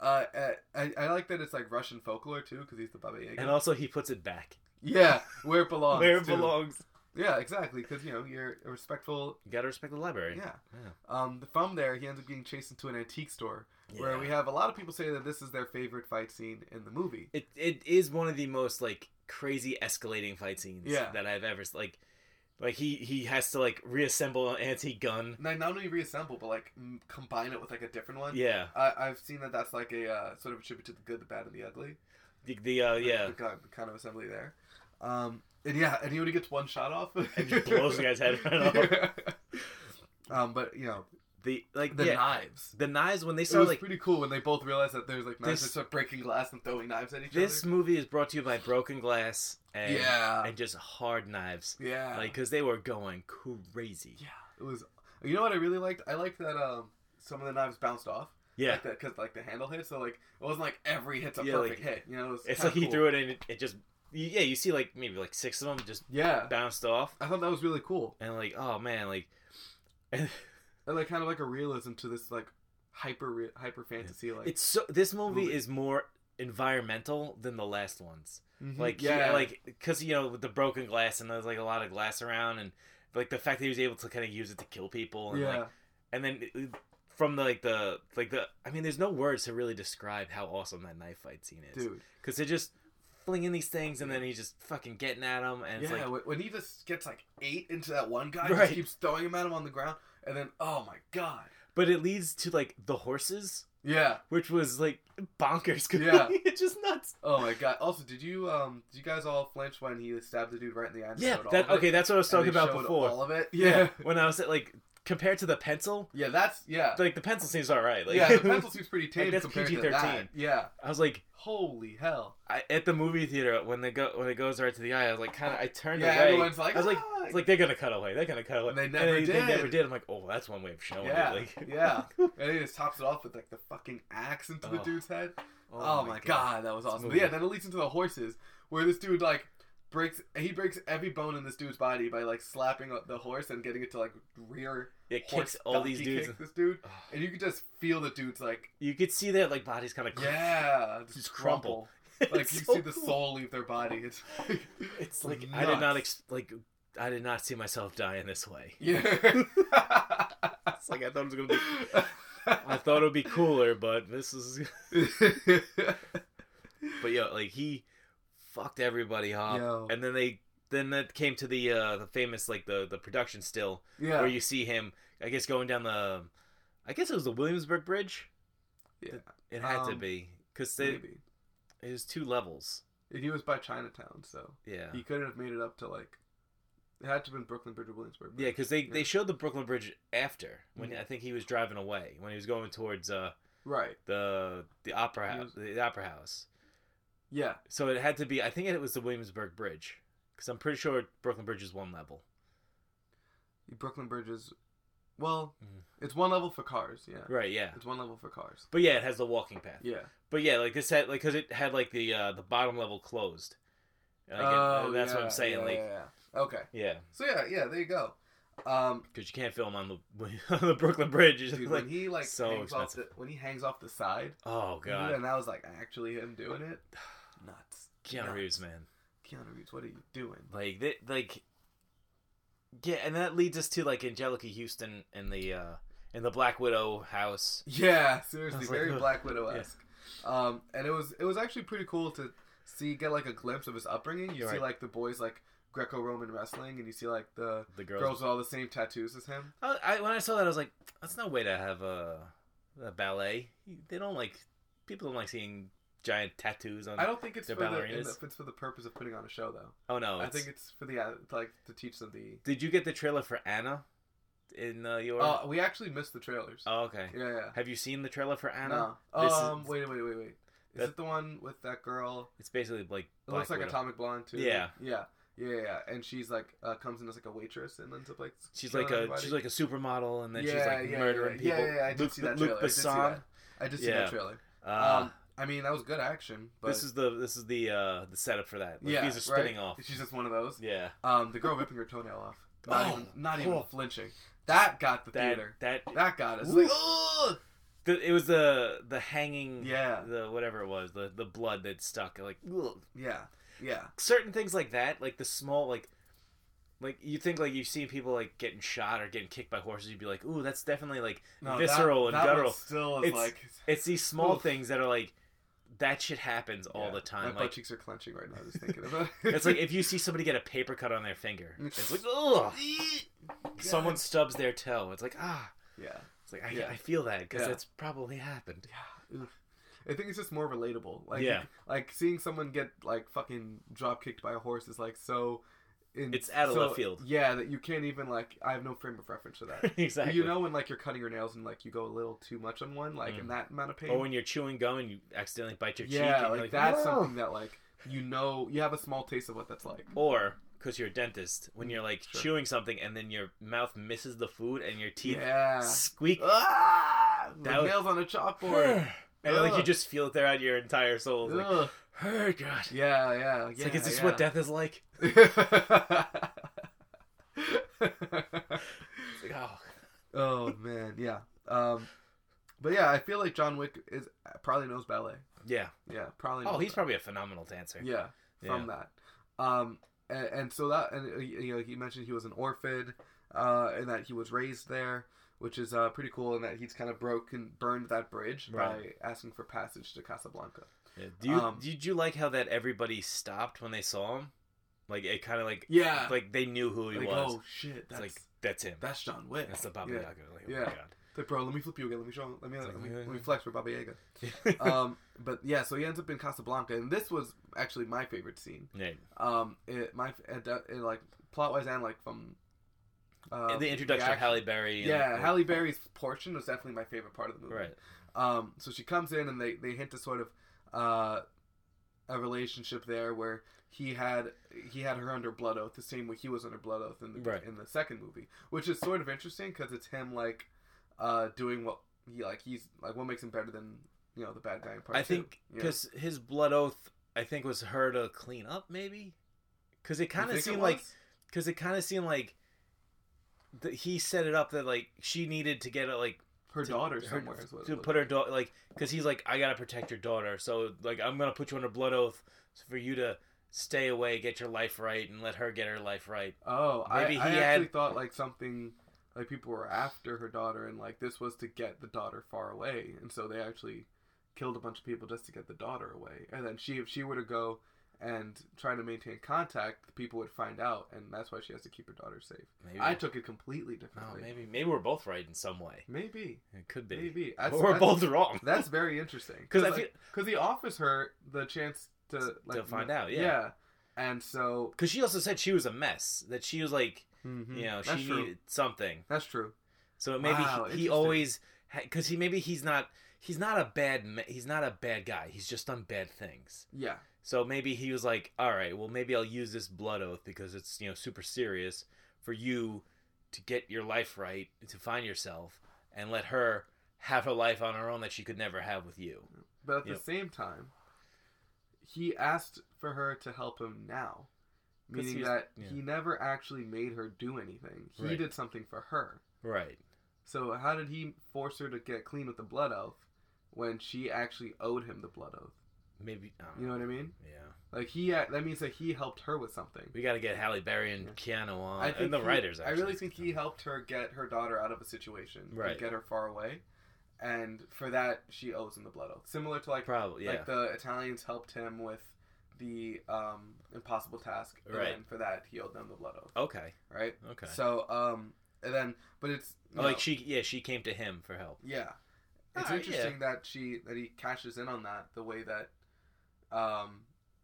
B: uh, uh, I, I like that it's like Russian folklore too because he's the Baba Yaga.
C: and also he puts it back
B: Yeah, where it belongs.
C: where it
B: too.
C: belongs.
B: Yeah, exactly. Because you know you're a respectful.
C: You gotta respect the library.
B: Yeah.
C: Yeah.
B: Um, from there, he ends up getting chased into an antique store where
C: Yeah.
B: we have a lot of people say that this is their favorite fight scene in the movie.
C: It it is one of the most like crazy escalating fight scenes
B: Yeah.
C: that I've ever s- like. Like he he has to like reassemble an antique gun.
B: And they not only reassemble, but like m- combine it with like a different one.
C: Yeah.
B: I, I've seen that that's like a uh, sort of a tribute to the good, the bad, and the ugly.
C: The, the uh,
B: Like,
C: yeah.
B: the gun kind of assembly there. Um, and yeah, and he only gets one shot off.
C: And just blows the guy's head right off.
B: Um, but you know
C: The like
B: the
C: yeah.
B: knives.
C: the knives when they
B: It
C: saw
B: was
C: like
B: pretty cool when they both realized that there's like knives
C: This-
B: that start breaking glass and throwing knives at each
C: This
B: other.
C: movie is brought to you by Broken Glass and
B: yeah,
C: and just hard knives,
B: yeah,
C: like because they were going crazy.
B: yeah. It was. You know what I really liked? I liked that um some of the knives bounced off.
C: Yeah,
B: like because like the handle hit, so like it wasn't like every hit's a
C: Yeah,
B: perfect
C: like,
B: hit. You know, it was
C: it's
B: kinda
C: like he
B: cool.
C: threw it and it, it just you- yeah you see like maybe like six of them just
B: Yeah,
C: bounced off
B: I thought that was really cool,
C: and like oh man like
B: and like kind of like a realism to this like hyper re- hyper fantasy like
C: it's so this movie
B: Movie.
C: is more environmental than the last ones
B: Mhm.
C: like yeah like because you know with the broken glass and there's like a lot of glass around and like the fact that he was able to kind of use it to kill people and
B: yeah
C: like and then it- it- from the like the like the I mean, there's no words to really describe how awesome that knife fight scene is
B: dude
C: because they're just flinging these things and then he's just fucking getting at them and
B: yeah
C: it's like
B: when- when he just gets like eight into that one guy
C: Right.
B: just keeps throwing him at him on the ground and then oh my god
C: but it leads to like the horses
B: yeah
C: which was like bonkers 'cause
B: Yeah.
C: it's just nuts
B: oh my god also did you um did you guys all flinch when he stabbed the dude right in the eye and
C: yeah
B: showed all
C: that
B: of it?
C: okay that's what I was
B: And
C: talking
B: they
C: about
B: showed
C: before
B: all of it yeah
C: when I was at like compared to the pencil
B: yeah that's yeah
C: like the pencil seems all right like
B: yeah the pencil seems pretty tame
C: that's
B: compared to that
C: PG-13.
B: yeah
C: I was like
B: holy hell
C: I, at the movie theater when they go when it goes right to the eye I was like kind of I turned
B: Yeah,
C: away
B: everyone's like,
C: I was like
B: "Ah."
C: it's like they're gonna cut away they're gonna cut away
B: And they never did.
C: never did I'm like oh well, that's one way of showing
B: Yeah,
C: it like
B: yeah. and he just tops it off with like the fucking axe into the
C: Oh.
B: dude's head. Oh, my god. that was awesome. But
C: moving.
B: yeah, then it leads into the horses, where this dude like breaks. He breaks every bone in this dude's body by like slapping up the horse and getting it to like rear.
C: it
B: horse
C: kicks all these
B: donkey
C: dudes
B: kick this dude,
C: Ugh.
B: and you could just feel the dude's like,
C: you could see their like bodies kind of
B: yeah,
C: Just crumple.
B: Like
C: It's
B: you
C: so
B: see the
C: cool.
B: soul leave their body. It's like,
C: It's like I did not
B: nuts.
C: ex- like I did not see myself dying this way. It's like I thought it was gonna be. I
B: yeah.
C: thought it would be cooler, but this is. But yeah, like he fucked everybody up,
B: Yo.
C: Um, and then they then that came to the uh the famous like the the production still
B: yeah.
C: where you see him. I guess going down the, I guess it was the Williamsburg Bridge.
B: Yeah.
C: It had to
B: Um,
C: be because it
B: Maybe.
C: was two levels.
B: And he was by Chinatown, so
C: Yeah.
B: he couldn't have made it up to like. It had to have been Brooklyn Bridge or Williamsburg.
C: Yeah,
B: Bridge.
C: because they,
B: Yeah.
C: they showed the Brooklyn Bridge after when
B: Mhm.
C: I think he was driving away when he was going towards uh,
B: Right.
C: the the opera
B: He was-
C: house, the opera house.
B: Yeah.
C: So it had to be. I think it was the Williamsburg Bridge because I'm pretty sure Brooklyn Bridge is one level.
B: Brooklyn Bridge is. Well,
C: Mhm.
B: it's one level for cars. Yeah.
C: Right. Yeah.
B: It's one level for cars.
C: But yeah, it has the walking path.
B: Yeah.
C: But yeah, like this had like because it had like the uh, the bottom level closed. Like, it-
B: oh,
C: that's what
B: yeah,
C: I'm saying.
B: yeah,
C: like
B: yeah, yeah. Okay.
C: yeah,
B: So yeah, yeah. There you go. Um,
C: because you can't film on the on the Brooklyn Bridge. It's
B: dude,
C: like,
B: when he like
C: so
B: hangs off the,
C: expensive.
B: when he hangs off the side,
C: oh god,
B: and I was like, actually, him doing it, nuts.
C: Keanu
B: nuts.
C: Reeves, man.
B: Keanu Reeves, what are you doing?
C: like that like yeah and that leads us to like angelica houston and the uh and the black widow house
B: Yeah,
C: I
B: seriously,
C: was like,
B: very
C: "Ugh."
B: Black Widow esque. Um, and it was it was actually pretty cool to see get like a glimpse of his upbringing. You
C: You're
B: see
C: right.
B: like the boys like Greco Roman wrestling, and you see like the
C: the
B: girls,
C: girls,
B: with all the same tattoos as him.
C: I, I when i saw that i was like that's no way to have a, a ballet they don't like people don't like seeing giant tattoos on
B: I don't think it's for
C: They're
B: the, in the
C: ballerinas?
B: it's for the purpose of putting on a show though.
C: oh no
B: I
C: it's-
B: think it's for the uh, like to teach them the.
C: did you get the trailer for anna in uh, your
B: Uh, we actually missed the trailers.
C: oh okay
B: yeah, yeah.
C: have you seen the trailer for anna
B: No.
C: This is-
B: um. Wait. Wait. Wait. Wait. Is
C: That-
B: it the one with that girl?
C: it's basically like
B: It
C: Black
B: looks like
C: Widow.
B: Atomic Blonde too.
C: Yeah.
B: Yeah. Yeah. Yeah. yeah. And she's like uh, comes in as like a waitress and ends up like.
C: She's
B: killing
C: like a
B: everybody.
C: she's like a supermodel, and then she's
B: Yeah,
C: like
B: yeah,
C: murdering
B: yeah, yeah,
C: people.
B: yeah, I did
C: Luke,
B: see that
C: Luke
B: trailer. I did see
C: Besson.
B: I just see
C: Yeah.
B: that trailer.
C: Uh,
B: um, I mean, that was good action. But
C: this is the this is the uh the setup for that. Like,
B: yeah,
C: these are
B: right?
C: spinning off.
B: She's just one of those.
C: Yeah,
B: Um, the girl ripping her toenail off. Not
C: Oh,
B: even, not even
C: cool.
B: flinching. That got the
C: that
B: theater.
C: that
B: That got us.
C: Ooh.
B: Like, ugh!
C: th- it was the the hanging.
B: Yeah.
C: the whatever it was, the the blood that stuck. Like ugh.
B: Yeah, yeah,
C: certain things like that, like the small like. Like you think, like you see people like getting shot or getting kicked by horses, you'd be like, "Ooh, that's definitely like
B: No, that-
C: visceral and
B: that one
C: guttural."
B: Still, is
C: It's-
B: like
C: It's these small
B: Oof.
C: things that are like, that shit happens all
B: Yeah,
C: the time.
B: My butt
C: Like
B: cheeks are clenching right now just thinking about it.
C: it's like if you see somebody get a paper cut on their finger, it's like, ugh. Someone stubs their toe. It's like ah.
B: yeah.
C: It's like I,
B: Yeah.
C: I feel that because
B: Yeah.
C: that's probably happened.
B: I think it's just more relatable. Like,
C: Yeah.
B: like seeing someone get like fucking drop kicked by a horse is like so. In,
C: It's out of
B: so-
C: left field.
B: Yeah, that you can't even like. I have no frame of reference for that.
C: exactly.
B: You know when like you're cutting your nails and like you go a little too much on one, like in
C: Mm.
B: that amount of pain.
C: or when you're chewing gum and you accidentally bite your cheek.
B: yeah,
C: and you're
B: like, that's
C: "Ugh."
B: something that like you know you have a small taste of what that's like.
C: Or because you're a dentist, when you're like
B: Mm, Sure.
C: chewing something and then your mouth misses the food and your teeth
B: Yeah.
C: squeak.
B: Ah, the
C: That was-
B: nails on a chalkboard.
C: and like you
B: Ugh.
C: just feel it throughout your entire soul. It's like,
B: Ugh.
C: oh god.
B: Yeah, yeah.
C: It's like, is this what death is like?
B: death?
C: It's like, oh,
B: Oh man, yeah. Um, but yeah, I feel like John Wick is probably knows ballet.
C: yeah.
B: Yeah, probably.
C: Oh,
B: knows
C: he's
B: ballet.
C: probably a phenomenal dancer.
B: yeah from that. Um, and, and so that and uh, you know he mentioned he was an orphan, uh, and that he was raised there, which is uh pretty cool, and that he's kind of broke and burned that bridge
C: Right.
B: by asking for passage to Casablanca.
C: Yeah. Do you
B: Um,
C: did you like how that everybody stopped when they saw him? Like it kind of like
B: Yeah, like,
C: like they knew who he was.
B: oh shit,
C: it's
B: that's
C: like that's him.
B: that's John Wick.
C: That's the Baba
B: yeah.
C: Yaga. Like, oh
B: Yeah.
C: my
B: It's like, bro, let me flip you again. Let me show. Let me
C: It's
B: let,
C: like,
B: me,
C: yeah,
B: let me
C: yeah.
B: flex for Baba Yaga.
C: god.
B: um, but yeah, so he ends up in Casablanca, and this was actually my favorite scene.
C: yeah.
B: um it my it, do- it like plot wise and like from uh,
C: the introduction of
B: act-
C: Halle Berry. and-
B: yeah Halle Berry's portion was definitely my favorite part of the movie
C: Right.
B: um so she comes in and they they hint to sort of uh a relationship there where he had he had her under blood oath the same way he was under blood oath in the
C: Right.
B: in the second movie which is sort of interesting because it's him like uh doing what he like he's like what makes him better than you know the bad guy in part
C: I
B: two.
C: think
B: Yeah.
C: because his blood oath, I think, was her to clean up, maybe. Because it
B: You
C: kind of
B: think it
C: seemed like
B: was?
C: because it kind of seemed like that he set it up that like she needed to get it like
B: her
C: to-
B: daughter
C: her-
B: somewhere. is what it
C: to
B: looked
C: put her
B: like.
C: daughter like because he's like I gotta protect your daughter, so like I'm gonna put you under blood oath for you to stay away, get your life right, and let her get her life right.
B: Oh,
C: Maybe
B: I, I
C: he
B: actually
C: had-
B: thought like something like people were after her daughter, and like this was to get the daughter far away, and so they actually killed a bunch of people just to get the daughter away. And then she, if she were to go and try to maintain contact, the people would find out, and that's why she has to keep her daughter safe.
C: Maybe Oh,
B: I took it completely
C: no,
B: differently.
C: maybe maybe we're both right in some way.
B: maybe,
C: It could be,
B: maybe, That's,
C: but we're
B: that's-
C: both wrong.
B: That's very interesting
C: 'Cause
B: because
C: I
B: he offers her the chance to like
C: find out, yeah.
B: and so
C: Because she also said she was a mess. That she was like,
B: mhm,
C: you know,
B: that's
C: she
B: true.
C: needed something.
B: That's true.
C: So maybe
B: Wow,
C: he, he
B: interesting.
C: always because he maybe he's not he's not a bad ma- he's not a bad guy. He's just done bad things.
B: Yeah,
C: So maybe he was like, all right, well maybe I'll use this blood oath because it's you know super serious for you to get your life right to find yourself and let her have her life on her own that she could never have with you.
B: but at
C: Yep.
B: the same time, he asked for her to help him now,
C: 'Cause
B: meaning
C: he's-
B: that
C: yeah.
B: he never actually made her do anything. He
C: Right.
B: did something for her.
C: Right.
B: So how did he force her to get clean with the blood oath when she actually owed him the blood oath?
C: Maybe. I don't
B: You know what I mean?
C: Yeah.
B: Like he uh, that means that he helped her with something.
C: We got to get Halle Berry and
B: Yeah.
C: Keanu on,
B: I think
C: and the
B: he-
C: writers. Actually.
B: I really think he helped her get her daughter out of a situation, and
C: Right.
B: get her far away, and for that she owes him the blood oath. Similar to like
C: probably yeah.
B: like the Italians helped him with the um, impossible task,
C: Right.
B: And for that he owed them the blood oath,
C: okay.
B: right?
C: Okay.
B: So um, and then but it's you
C: Oh, like
B: know,
C: she yeah she came to him for help.
B: yeah, it's
C: Ah, yeah.
B: interesting that she that he cashes in on that the way that um,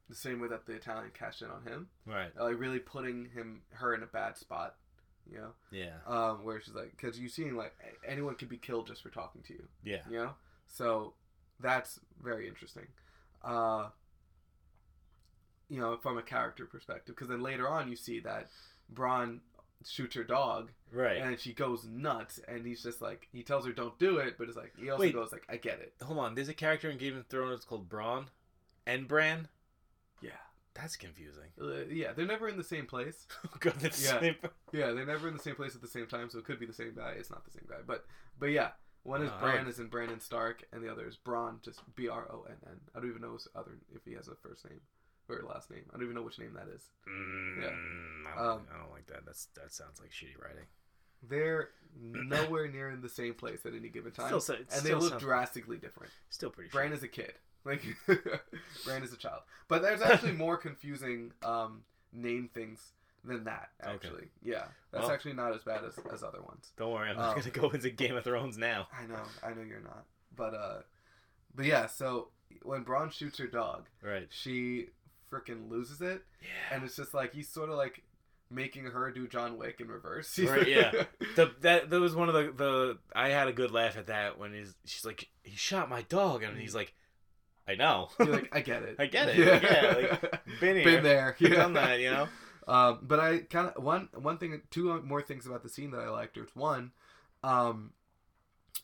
B: the same way that the Italian cashed in on him,
C: Right.
B: like really putting him her in a bad spot, you know
C: Yeah.
B: um, where she's like, because you seem like a- anyone could be killed just for talking to you,
C: Yeah.
B: you know. So that's very interesting, uh, you know, from a character perspective. Because then later on, you see that Braun shoots her dog,
C: Right.
B: and she goes nuts, and he's just like, he tells her don't do it, but it's like he also
C: Wait.
B: goes like, I get it,
C: Hold on. There's a character in Game of Thrones called Braun and Bran.
B: yeah,
C: That's confusing.
B: Uh, yeah. They're never in the same place.
C: God, that's
B: Yeah.
C: same-
B: Yeah, they're never in the same place at the same time, so it could be the same guy. It's not the same guy, but but yeah, one is
C: Oh, I
B: Bran
C: like-
B: is in Brandon Stark, and the other is Braun, just B R O N N. I don't even know his other if he has a first name or a last name. I don't even know which name that is.
C: Mm, I, don't,
B: Um,
C: I don't like that. That's that sounds like shitty writing.
B: They're nowhere near in the same place at any given time,
C: Still, so- it
B: and they
C: still
B: look
C: sounds-
B: drastically different.
C: Still pretty.
B: Bran
C: shitty.
B: is a kid, like Bran is a child. But there's actually more confusing um, name things than that.
C: Okay.
B: Actually, yeah, that's
C: Well-
B: actually not as bad as, as other ones.
C: Don't worry, I'm not
B: Oh.
C: gonna go into Game of Thrones now.
B: I know, I know you're not. But uh but yeah, so when Braun shoots her dog,
C: Right.
B: she freaking loses it
C: Yeah.
B: and it's just like he's sort of like making her do John Wick in reverse. He's
C: Right,
B: like-
C: The, that that was one of the the I had a good laugh at that when he's she's like he shot my dog and he's like I know
B: You're like I get it.
C: I get it, yeah, been here
B: Been there. Yeah.
C: done that you know
B: Um, but I kind of one one thing, two more things about the scene that I liked. There's one, um,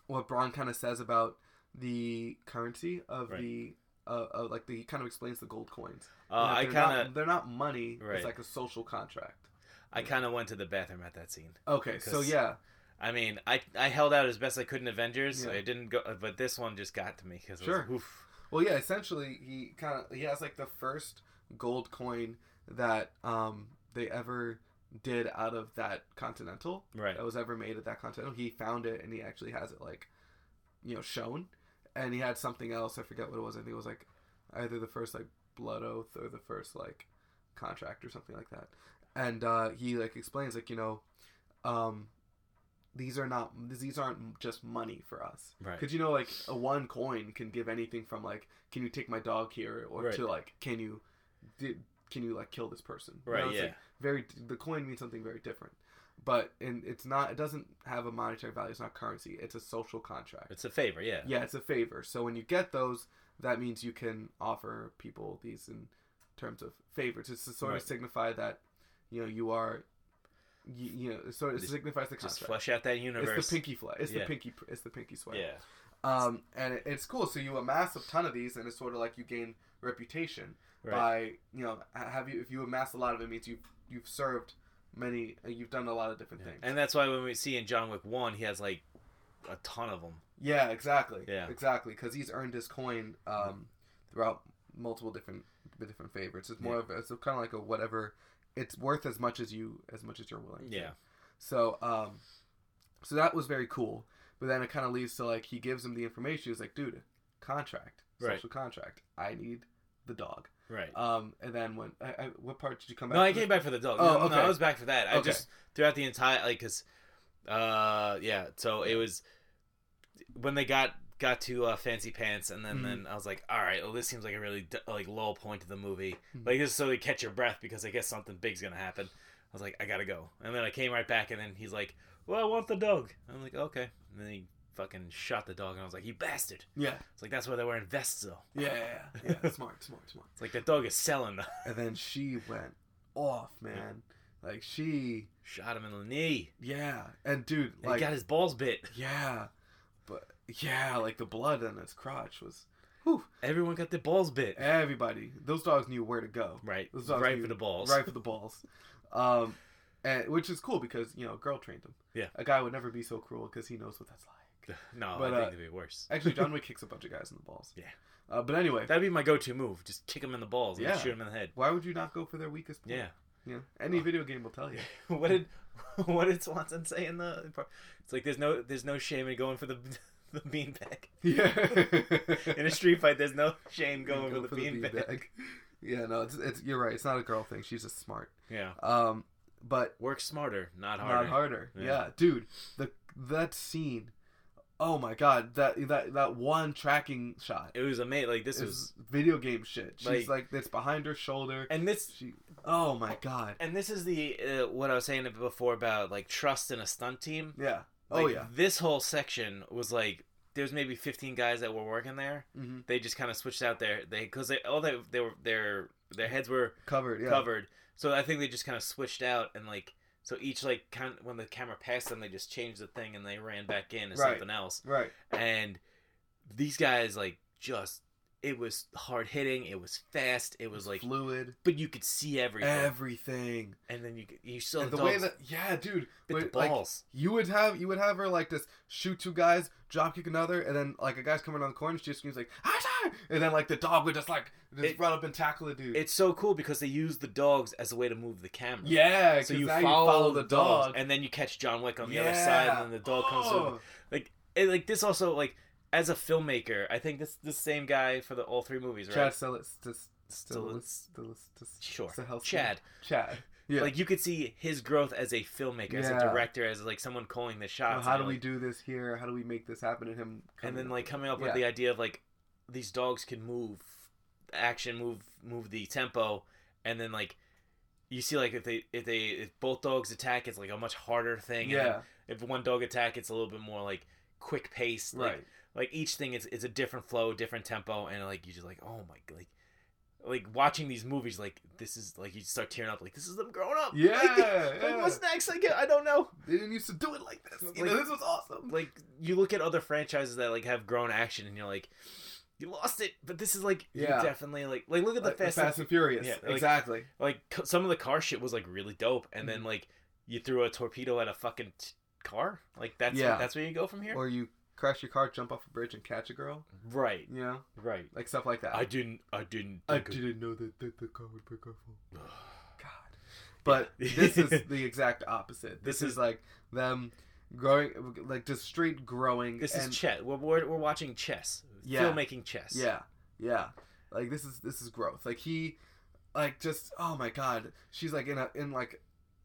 B: what Braun kind of says about the currency of
C: Right.
B: the uh, of like the he kind of explains the gold coins.
C: uh,
B: And
C: I
B: they're not-
C: kind of
B: they're not money.
C: Right.
B: It's like a social contract.
C: I kind of went to the bathroom at that scene
B: Okay, so
C: 'Cause-
B: yeah,
C: I mean, I I held out as best I could in Avengers.
B: Yeah.
C: I didn't go, but this one just got to me because
B: Sure.
C: oof.
B: well, yeah. Essentially, he kind of he has like the first gold coin that um they ever did out of that continental
C: right,
B: that was ever made at that continental. He found it and he actually has it like you know shown, and he had something else. I forget what it was. I think it was like either the first like blood oath or the first like contract or something like that. And uh, he like explains like you know. um these are not these aren't just money for us
C: right,
B: Because you know, like a one coin can give anything from like, can you take my dog here, or
C: Right.
B: to like, can you, did, can you like kill this person? You know,
C: right,
B: it's,
C: yeah,
B: like, very the coin means something very different, but and it's not. It doesn't have a monetary value. It's not currency. It's a social contract.
C: it's a favor, yeah,
B: yeah, it's a favor. So when you get those, that means you can offer people these in terms of favors. It's to sort
C: Right.
B: of signify that, you know, you are, you, you know, it sort of
C: Just-
B: signifies the
C: just
B: contract.
C: flesh out that universe.
B: It's the pinky flag. It's
C: Yeah.
B: the pinky. pr- It's the pinky sweat.
C: yeah,
B: Um, and it, it's cool. So you amass a ton of these, and it's sort of like you gain reputation
C: right,
B: by you know ha- have you if you amass a lot of it means you've you've served many uh, you've done a lot of different
C: Yeah.
B: things.
C: and that's why when we see in John Wick one, he has like a ton of them.
B: Yeah, exactly.
C: Yeah.
B: exactly. Because he's earned his coin um, throughout multiple different different favorites. It's more
C: Yeah.
B: of a, it's kind of like a whatever. It's worth as much as you as much as you're willing. to.
C: Yeah.
B: So um, so that was very cool. But then it kind of leads to like he gives him the information. He's like, dude, contract,
C: Right.
B: social contract. I need the dog.
C: Right.
B: Um, and then when I, I, what part did you come back?
C: no, I
B: to?
C: came back for the dog.
B: Oh,
C: no, no,
B: okay.
C: I was back for that. I
B: Okay.
C: just throughout the entire like because, uh, yeah. So it was when they got got to uh, fancy pants, and then
B: Mhm.
C: then I was like, all right, well, this seems like a really d- like low point of the movie.
B: Mhm.
C: Like this is so they catch your breath because I guess something big's gonna happen. I was like, I gotta go, and then I came right back, and then he's like, well, I want the dog. I'm like, okay, and then he fucking shot the dog, and I was like, you bastard.
B: Yeah,
C: It's like that's why they're wearing vests though.
B: yeah, yeah, yeah. yeah. smart, smart, smart.
C: It's like the dog is selling. The-
B: And then she went off, man. Like she,
C: Shot him in the knee.
B: yeah. And dude,
C: And
B: like
C: he got his balls bit.
B: Yeah, but yeah, like the blood on his crotch was.
C: Everyone got their balls bit.
B: Everybody, those dogs knew where to go.
C: Right.
B: Those dogs
C: right
B: knew-
C: for the balls.
B: Right for the balls. Um, and which is cool because you know, a girl trained him.
C: Yeah.
B: A guy would never be so cruel because he knows what that's like.
C: No,
B: But,
C: I think
B: uh,
C: it'd be worse.
B: Actually, John Wick kicks a bunch of guys in the balls.
C: Yeah.
B: Uh, but anyway,
C: That'd be my go-to move. Just kick him in the balls and
B: Yeah.
C: shoot him in the head.
B: why would you not go for their weakest point?
C: Yeah.
B: Yeah. Any video game will tell you.
C: what did what did Swanson say in the? part? It's like there's no there's no shame in going for the the beanbag
B: Yeah.
C: in a street fight. There's no shame going
B: Go
C: for the beanbag.
B: beanbag. Yeah, no, it's, it's you're right. It's not a girl thing. She's just smart.
C: Yeah.
B: Um, but
C: Work smarter, not harder.
B: Not harder. Yeah.
C: Yeah.
B: dude. The that scene. Oh my god, that that that one tracking shot
C: It was amazing. Like this
B: is
C: was,
B: video game shit. She's
C: like-
B: like it's behind her shoulder.
C: and this
B: She. Oh my god.
C: and this is the uh, what I was saying before about like trust in a stunt team.
B: Yeah. oh
C: Like,
B: yeah.
C: This whole section was like there's maybe 15 guys that were working there.
B: hmm
C: they just kind of switched out their they because they all they, they were their their heads were
B: Covered. Yeah.
C: covered so i think they just kind of switched out and like so each like kind when the camera passed them they just changed the thing and they ran back in to
B: Right.
C: something else
B: Right.
C: and these guys like just it was hard hitting it was fast it was like
B: fluid.
C: but you could see everything
B: Everything.
C: and then you could- you saw
B: And
C: the,
B: the way
C: dogs
B: that yeah, dude.
C: bit
B: where,
C: the
B: like,
C: balls
B: you would have you would have her like this shoot two guys, drop kick another, and then like a guy's coming around the corner, she just screams like, ah, and then like the dog would just like just
C: It-
B: run up and tackle the dude.
C: it's so cool because they use the dogs as a way to move the camera
B: Yeah,
C: so
B: 'cause
C: you
B: now
C: follow, the, dog, and then you catch John Wick on the other side,
B: Yeah.
C: and then the dog comes over.
B: Oh,
C: And, like this also like as a filmmaker, I think this the same guy for the all three movies, right?
B: Chad Still, still,
C: Still,
B: still,
C: it's
B: still,
C: sure.
B: Stahelski.
C: Chad,
B: Chad. Yeah.
C: like you could see his growth as a filmmaker, as a
B: Yeah.
C: director, as like someone calling the
B: Now,
C: shots. and
B: how do
C: you're
B: we
C: like-
B: do this here? How do we make this happen? And him.
C: And then
B: coming
C: like coming up
B: Yeah.
C: with the idea of like these dogs can move action, move move the tempo, and then like you see like if they if they if both dogs attack, it's like a much harder thing. and
B: yeah,
C: if one dog attack, it's a little bit more like quick pace. Like,
B: right.
C: like each thing is, is a different flow, different tempo, and like you just like oh my g- like like watching these movies like this is like you start tearing up like this is them growing up.
B: Yeah,
C: Like,
B: yeah.
C: like, what's next? Like I don't know.
B: They didn't used to do it like this. You
C: Like-
B: know, this was awesome.
C: Like you look at other franchises that like have grown action, and you're like you lost it, but this is like you
B: Yeah.
C: definitely like like look at the
B: Like,
C: fast,
B: and Furious.
C: Yeah, like-
B: exactly.
C: like c- some of the car shit was like really dope, and
B: Mhm.
C: then like you threw a torpedo at a fucking t- car. Like that's
B: Yeah.
C: that's where you go from here.
B: Or you crash your car, jump off a bridge, and catch a girl.
C: right,
B: You know,
C: right.
B: like stuff like that.
C: I didn't. I didn't.
B: I
C: think of-
B: didn't know that, that the car would break our phone. God. But this is the exact opposite. This,
C: This
B: is,
C: is-
B: like them growing, like just straight growing.
C: This
B: and-
C: is chess. We're, we're, we're watching chess.
B: Yeah.
C: Filmmaking chess.
B: Yeah, yeah. Like this is this is growth. Like he, like just oh my god. She's like in a in like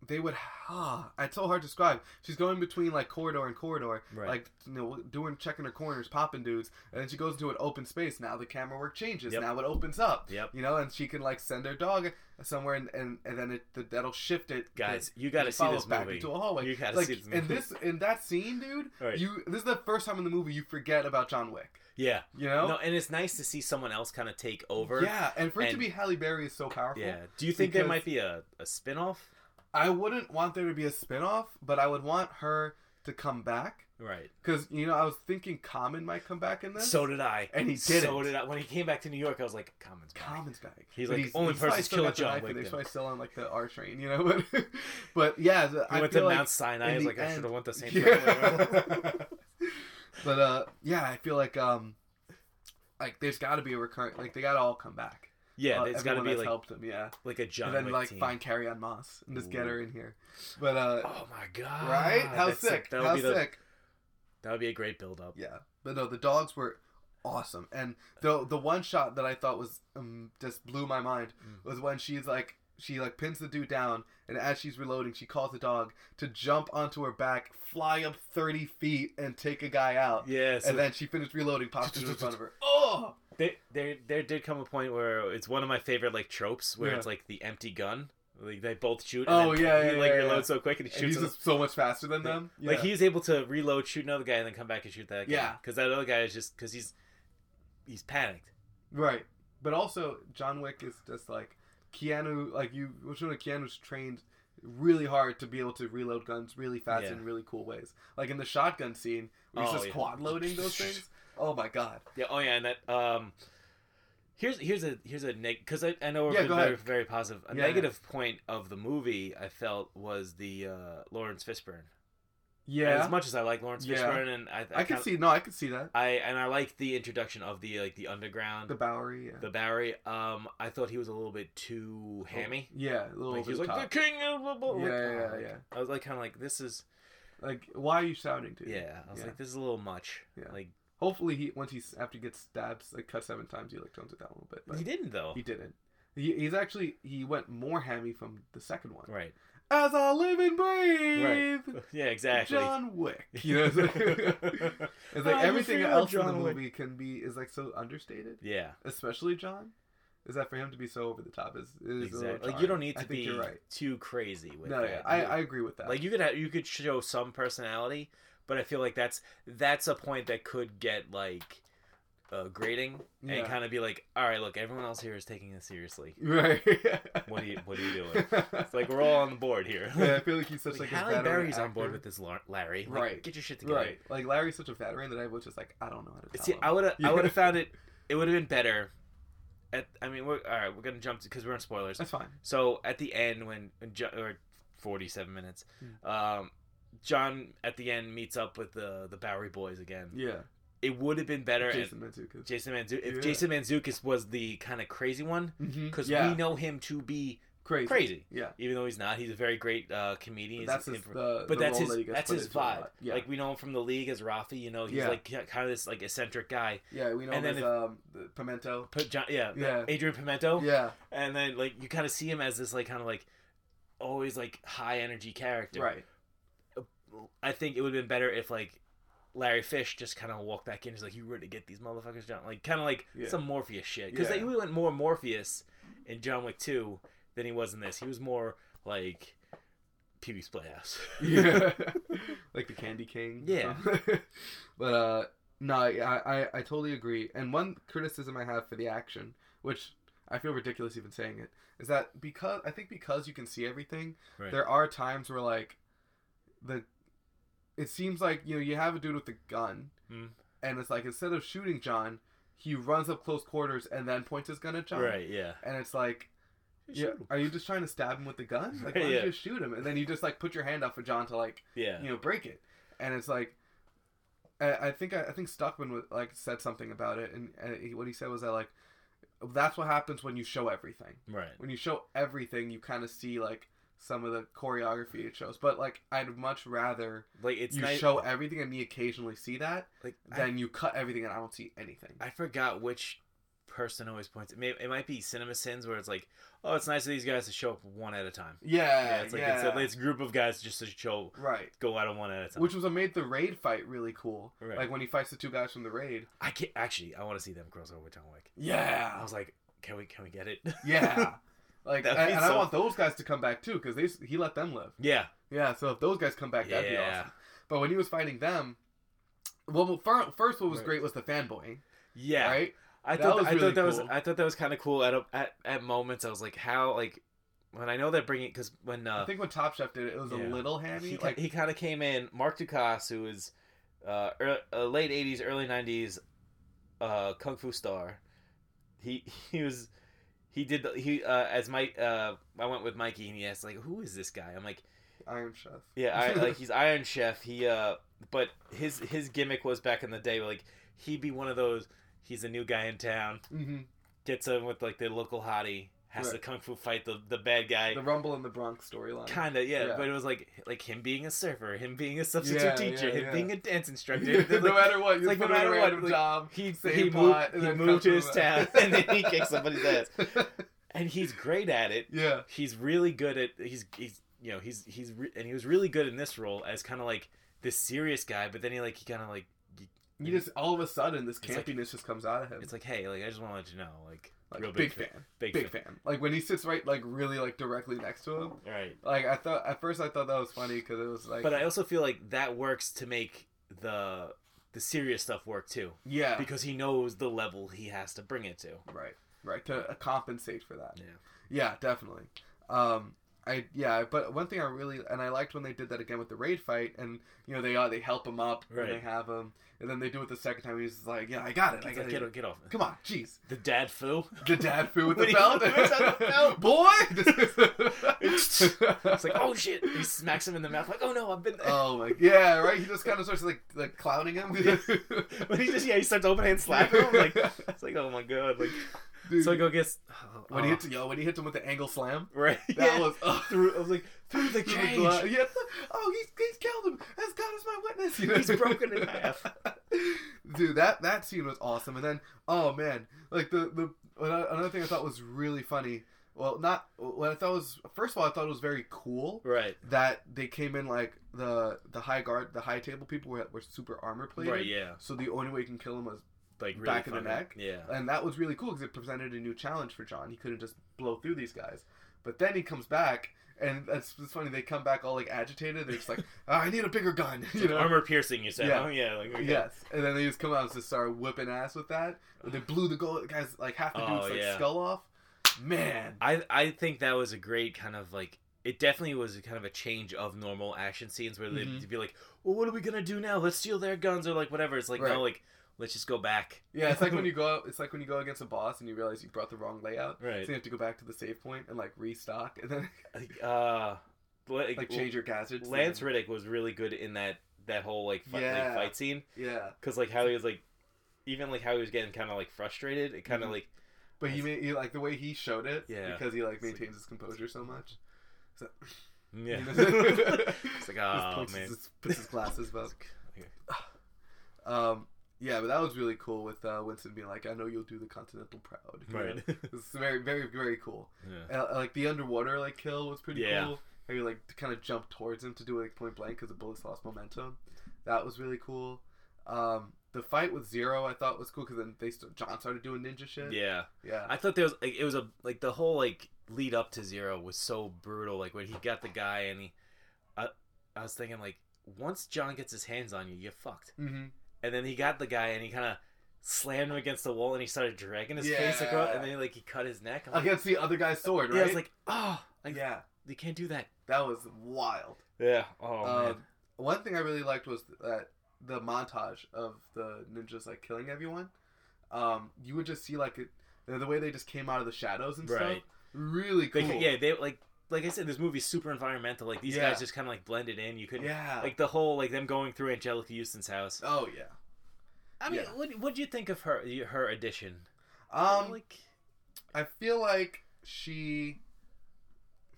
B: they would. Ah, it's so hard to describe. She's going between like corridor and corridor,
C: Right.
B: like you know, doing checking her corners, popping dudes, and then she goes into an open space. Now the camera work changes.
C: Yep.
B: Now it opens up.
C: Yep.
B: You know, and she can like send her dog somewhere, and and, and then it that'll shift it.
C: Guys,
B: it
C: you got to see
B: follows
C: this movie.
B: into a hallway.
C: You got to
B: Like
C: see this movie.
B: in this in that scene, dude,
C: Right.
B: you this is the first time in the movie you forget about John Wick.
C: yeah.
B: You know,
C: No, and it's nice to see someone else kind of take over.
B: yeah, and for it to
C: and-
B: be Halle Berry is so powerful.
C: Yeah. Do you think there
B: Because-
C: might be a, a spin off?
B: I wouldn't want there to be a spinoff, but I would want her to come back.
C: Right.
B: Because, you know, I was thinking Common might come back in this.
C: So did I.
B: And he
C: So
B: didn't.
C: did I. When he came back to New York, I was like, Common's back.
B: Common's back.
C: He's
B: But
C: like, only person
B: probably
C: to
B: still
C: kill
B: got the
C: John
B: knife, and
C: Wick
B: They're
C: then.
B: probably still on, like, the R train, you know? But, but yeah, the,
C: He
B: I
C: went
B: feel
C: to
B: like.
C: Mount Sinai. I
B: in
C: was
B: the
C: like, I should
B: end-
C: have went to St.
B: Yeah. But uh, yeah, I feel like um, like there's got to be a recurrent. Like they got to all come back.
C: Yeah,
B: uh,
C: it's got to
B: everyone
C: be
B: that's
C: like
B: helped them. Yeah,
C: like a John
B: and then
C: Wick
B: like
C: team.
B: find Carrie on Moss and just get
C: Ooh.
B: her in here. But uh,
C: Oh my god!
B: right? How
C: That's
B: sick?
C: That would
B: How
C: be
B: sick?
C: the, That would be a great build up.
B: Yeah, but no, the dogs were awesome, and the the one shot that I thought was um, just blew my mind
C: Mm.
B: was when she's like she like pins the dude down, and as she's reloading, she calls the dog to jump onto her back, fly up thirty feet, and take a guy out.
C: Yeah, so
B: and then she finished reloading, pops it in front of her. Oh,
C: there, there, there did come a point where it's one of my favorite like tropes where
B: Yeah.
C: it's like the empty gun, like they both shoot. And
B: Oh,
C: then
B: yeah,
C: he,
B: yeah,
C: like
B: yeah,
C: reloads
B: yeah.
C: so quick and he
B: and
C: shoots.
B: he's
C: him.
B: just so much faster than them.
C: Like
B: Yeah.
C: he's able to reload, shoot another guy, and then come back and shoot that guy.
B: Yeah.
C: because that other guy is just because he's he's panicked.
B: right, but also John Wick is just like Keanu. Like you, which one of Keanu's trained really hard to be able to reload guns really fast
C: Yeah.
B: in really cool ways. Like in the shotgun scene, where he's
C: Oh,
B: just
C: yeah.
B: quad loading those things. Oh my god!
C: Yeah. Oh yeah, and that um. Here's here's a here's a neg because I, I know we're
B: Yeah,
C: being
B: go
C: very,
B: ahead.
C: very positive. A
B: Yeah, yeah.
C: negative point of the movie I felt was the uh, Lawrence Fishburne. And
B: Yeah,
C: as much as I like Lawrence
B: Yeah.
C: Fishburne, and I,
B: I can
C: kinda-
B: see. No, I can see that.
C: I and I like the introduction of the like the underground,
B: The
C: the,
B: Bowery. Yeah,
C: Bowery. Um, I thought he was a little bit too hammy.
B: Yeah, a little
C: Like he was
B: over
C: like
B: the top.
C: the king. Of blah, blah, blah."
B: Yeah, yeah,
C: Like, "Oh,
B: yeah.
C: I was like kind of like this is
B: Like, why are you shouting to?
C: yeah. I was
B: Yeah.
C: like this is a little much.
B: Yeah.
C: Like
B: Hopefully, he once he's after he gets stabbed, like cut seven times, he like tones it down a little bit. But
C: he didn't though.
B: He didn't. He, he's actually he went more hammy from the second one.
C: Right.
B: As I live and breathe,
C: Yeah. Exactly.
B: John Wick. You know, it's like, it's like
C: How you
B: everything
C: feel,
B: else in the
C: John Wick?
B: movie can be is like so understated,
C: yeah.
B: especially John. Is that for him to be so over the top? Is, is a little
C: Exactly. Like you
B: jarring.
C: don't need
B: I
C: to
B: think
C: be
B: You're right.
C: too crazy with
B: No,
C: that.
B: I,
C: You-
B: I agree with that.
C: like you could have, you could show some personality, but I feel like that's that's a point that could get like uh, grading and
B: Yeah.
C: kind of be like, all right, look, everyone else here is taking this seriously.
B: right?
C: What are you What are you doing?
B: it's
C: it's like we're all on the board here.
B: Yeah, I feel like he's such like,
C: Like,
B: a
C: Halle
B: veteran
C: Berry's on
B: actor.
C: board with this, Lar- Larry. Like,
B: Right.
C: Get your shit together.
B: right. Like Larry's such a veteran that I was just like, I don't know how to. Tell
C: See,
B: him.
C: I would have, I
B: Yeah.
C: would have found it. It would have been better. At, I mean, we're all right. We're gonna jump because we're on spoilers.
B: That's fine.
C: So at the end, when when Jo- or forty-seven minutes,
B: Mm.
C: um, John at the end meets up with the the Bowery Boys again.
B: Yeah,
C: It would have been better
B: Jason Mantzoukas.
C: if Jason Manzukis if
B: Yeah.
C: Jason Manzukis was the kind of crazy one,
B: Mhm.
C: because
B: yeah,
C: we know him to be
B: crazy.
C: crazy,
B: Yeah,
C: even though he's not. He's a very great uh, comedian.
B: But
C: He's
B: that's
C: an
B: his,
C: improv-
B: the,
C: but
B: the
C: that's
B: role
C: his
B: that he gets
C: that's
B: put
C: his
B: into a
C: vibe.
B: lot. Yeah,
C: Like we know him from the league as Rafi. You know, he's
B: Yeah.
C: like kind of this like eccentric guy.
B: yeah, we know
C: and
B: him as
C: then if-
B: um, the Pimento.
C: Put John, yeah,
B: Yeah.
C: Adrian Pimento.
B: Yeah,
C: and then like you kind of see him as this like kind of like always like high energy character.
B: right.
C: I think it would have been better if like Larry Fish just kind of walked back in. He's like, "You ready to get these motherfuckers, John?" Like kind of like
B: Yeah.
C: some Morpheus shit. Because
B: Yeah.
C: he went more Morpheus in John Wick Two than he was in this. He was more like Pee Wee's Playhouse.
B: Yeah, like the Candy King.
C: Yeah.
B: but uh, no, I, I I totally agree. And one criticism I have for the action, which I feel ridiculous even saying it, is that because I think because you can see everything,
C: Right.
B: there are times where like the it seems like you know you have a dude with a gun,
C: Mm.
B: and it's like instead of shooting John, he runs up close quarters and then points his gun at John.
C: right? Yeah.
B: And it's like, yeah, are you just trying to stab him with the gun? Like, why
C: Right,
B: don't
C: yeah.
B: you just shoot him? And then you just like put your hand up for John to like
C: Yeah.
B: you know break it and it's like i, I think I, I think stuckman was, like said something about it and, and he, what he said was that like that's what happens when you show everything
C: Right.
B: when you show everything you kind of see like some of the choreography it shows but like i'd much rather
C: Like it's
B: you
C: nice.
B: show everything and me occasionally see that
C: like I-
B: than you cut everything and i don't see anything
C: I forgot which person always points. It, may, it might be Cinema Sins where it's like, oh, it's nice of these guys to show up one at a time.
B: yeah
C: Yeah, it's like It's, a, it's a group of guys just to show
B: right
C: go out on one at a time.
B: which was what made the raid fight really cool
C: Right.
B: like when he fights the two guys from the raid
C: I can not actually I want to see them cross over with John Wick. I
B: yeah
C: was like, can we can we get it?
B: yeah like
C: That'd
B: and,
C: be
B: and i
C: so-
B: want those guys to come back too because they s- he let them live
C: yeah,
B: Yeah, so if those guys come back, that'd be
C: Yeah.
B: awesome. But when he was fighting them, well, well, fir- first what was
C: Right.
B: great was the fanboying,
C: yeah.
B: right?
C: I
B: That
C: thought
B: was
C: I
B: really
C: thought that was
B: cool.
C: I thought that was kind of cool. At, a, at at moments, I was like, how like when I know they're bringing because when
B: I
C: uh,
B: think when Top Chef did it, it was
C: yeah.
B: a little hammy.
C: he,
B: like,
C: he kind of came in, Mark Dukas, who is uh, ear uh, late '80s, early '90s uh, kung fu star. He he was he did the, he uh, as Mike uh, I went with Mikey and he asked like, who is this guy? I'm like.
B: Iron Chef.
C: Yeah, I, like he's Iron Chef. He uh, but his his gimmick was back in the day like he'd be one of those. He's a new guy in town.
B: hmm
C: Gets in with like the local hottie. Has to
B: Right.
C: kung fu fight the the bad guy.
B: The Rumble in the Bronx storyline.
C: Kinda, yeah,
B: Yeah.
C: but it was like like him being a surfer, him being a substitute
B: Yeah,
C: teacher,
B: yeah,
C: him
B: yeah.
C: being a dance instructor.
B: no
C: They're like-
B: matter what, you
C: like,
B: put
C: no
B: him in
C: matter
B: a
C: what,
B: random
C: like,
B: job.
C: he
B: same
C: he
B: plot,
C: moved,
B: and
C: he
B: then
C: moved to
B: comes
C: his town
B: back.
C: and then he kicked somebody's ass, and he's great at it.
B: yeah,
C: He's really good at he's he's you know he's he's re- and he was really good in this role as kind of like this serious guy, but then he like he kind of like
B: you just all of a sudden this
C: It's like-
B: campiness just comes out of him.
C: it's like hey like I just want to let you know like,
B: Like,
C: real
B: big,
C: fan,
B: fan,
C: big,
B: big fan. Like when he sits right, like really, like directly next to him.
C: fan, right?
B: Like I thought at first, I thought that was funny because it was like,
C: But I also feel like that works to make the the serious stuff work too.
B: yeah,
C: because he knows the level he has to bring it to.
B: right, right, to uh, compensate for that.
C: Yeah.
B: Yeah, definitely. Um, I yeah, but one thing I really and I liked when they did that again with the raid fight, and you know they uh, they help him up, and they
C: Right.
B: have him, and then they do it the second time. He's like, yeah, I got it, I
C: Like,
B: got
C: get,
B: it.
C: get off.
B: Come on, jeez,
C: The dad foo.
B: the dad food with
C: When
B: the
C: he
B: belt,
C: puts on the belt.
B: boy.
C: It's like, oh shit! He smacks him in the mouth. Like, oh no, I've been there.
B: Oh my, yeah, right. He just kind of starts like like clowning him.
C: but he just yeah, he starts open hand slapping him. Like, it's like, oh my god! Like,
B: Dude,
C: so I go gets
B: when he hits yo, when he hits him with the angle slam,
C: right.
B: that
C: yeah.
B: was oh,
C: through. I was like through the
B: through the
C: cage.
B: glass. Yeah, oh, he's he's killed him. As God is my witness, you know?
C: He's broken in half.
B: Dude, that that scene was awesome. And then, oh man, like the the ano- another thing I thought was really funny. Well, not what I thought was first of all, I thought it was very cool
C: Right.
B: that they came in like the the high guard, the high table people were, were super armor plated.
C: Right. Yeah.
B: So the only way you can kill him was,
C: Like really
B: Back of the
C: funny.
B: neck.
C: Yeah.
B: and that was really cool because it presented a new challenge for John. He couldn't just blow through these guys. But then he comes back, and that's it's funny. They come back all like agitated. They're just like, "Ah, I need a bigger gun, you know.
C: Armor piercing. You said.
B: Yeah.
C: Oh yeah. Like, okay.
B: Yes, and then they just come out and just start whipping ass with that. And they blew the goal, guys like half the
C: Oh,
B: dude's like
C: yeah.
B: skull off. Man,
C: I I think that was a great kind of like it definitely was a kind of a change of normal action scenes where they'd
B: Mhm.
C: be like, well, what are we gonna do now? Let's steal their guns or like whatever. It's like
B: Right.
C: no, like let's just go back.
B: yeah, it's like when you go out, it's like when you go against a boss and you realize you brought the wrong layout, so
C: Right.
B: you have to go back to the save point and like restock and then
C: Like, uh, like,
B: like change your gadgets.
C: Lance
B: and,
C: Riddick was really good in that that whole like, fight,
B: Yeah.
C: like fight scene
B: yeah,
C: because like how he was like even like how he was getting kind of like frustrated. It kind of
B: Mhm.
C: like
B: but he, made, he like the way he showed it,
C: Yeah.
B: because he like
C: It's like-
B: maintains his composure so much.
C: yeah. it's
B: Just
C: like oh
B: points
C: man.
B: his- puts his glasses up.
C: Okay.
B: Um, yeah, but that was really cool with uh, Winston being like, "I know you'll do the Continental proud." you know?
C: Right.
B: It's very, very, very cool.
C: Yeah.
B: Uh, like the underwater like kill was pretty
C: Yeah.
B: cool. How you like kind of jumped towards him to do it like point blank because the bullets lost momentum. That was really cool. Um, the fight with Zero I thought was cool because then they st- John started doing ninja shit.
C: Yeah.
B: yeah,
C: I thought there was like it was a like the whole like lead up to zero was so brutal. Like when he got the guy and he, I, I was thinking like once John gets his hands on you, you're fucked.
B: mm-hmm.
C: And then he got the guy and he kind of slammed him against the wall and he started dragging his face
B: Yeah.
C: across and then like he cut his neck. I'm like,
B: against the other guy's sword.
C: Uh, yeah,
B: Right?
C: I was like, oh, like
B: yeah,
C: they can't do that.
B: that was wild.
C: Yeah. Oh man.
B: um, one thing I really liked was that the montage of the ninjas like killing everyone. Um, you would just see like it, the the way they just came out of the shadows and stuff.
C: Right.
B: Really
C: They
B: cool.
C: ca- yeah they like like I said this movie's super environmental. Like these
B: Yeah.
C: guys just kind of like blended in. You couldn't
B: Yeah.
C: like the whole like them going through Angelica Houston's house.
B: oh yeah.
C: I mean,
B: yeah.
C: what what do you think of her her addition?
B: Um,
C: like,
B: I feel like she.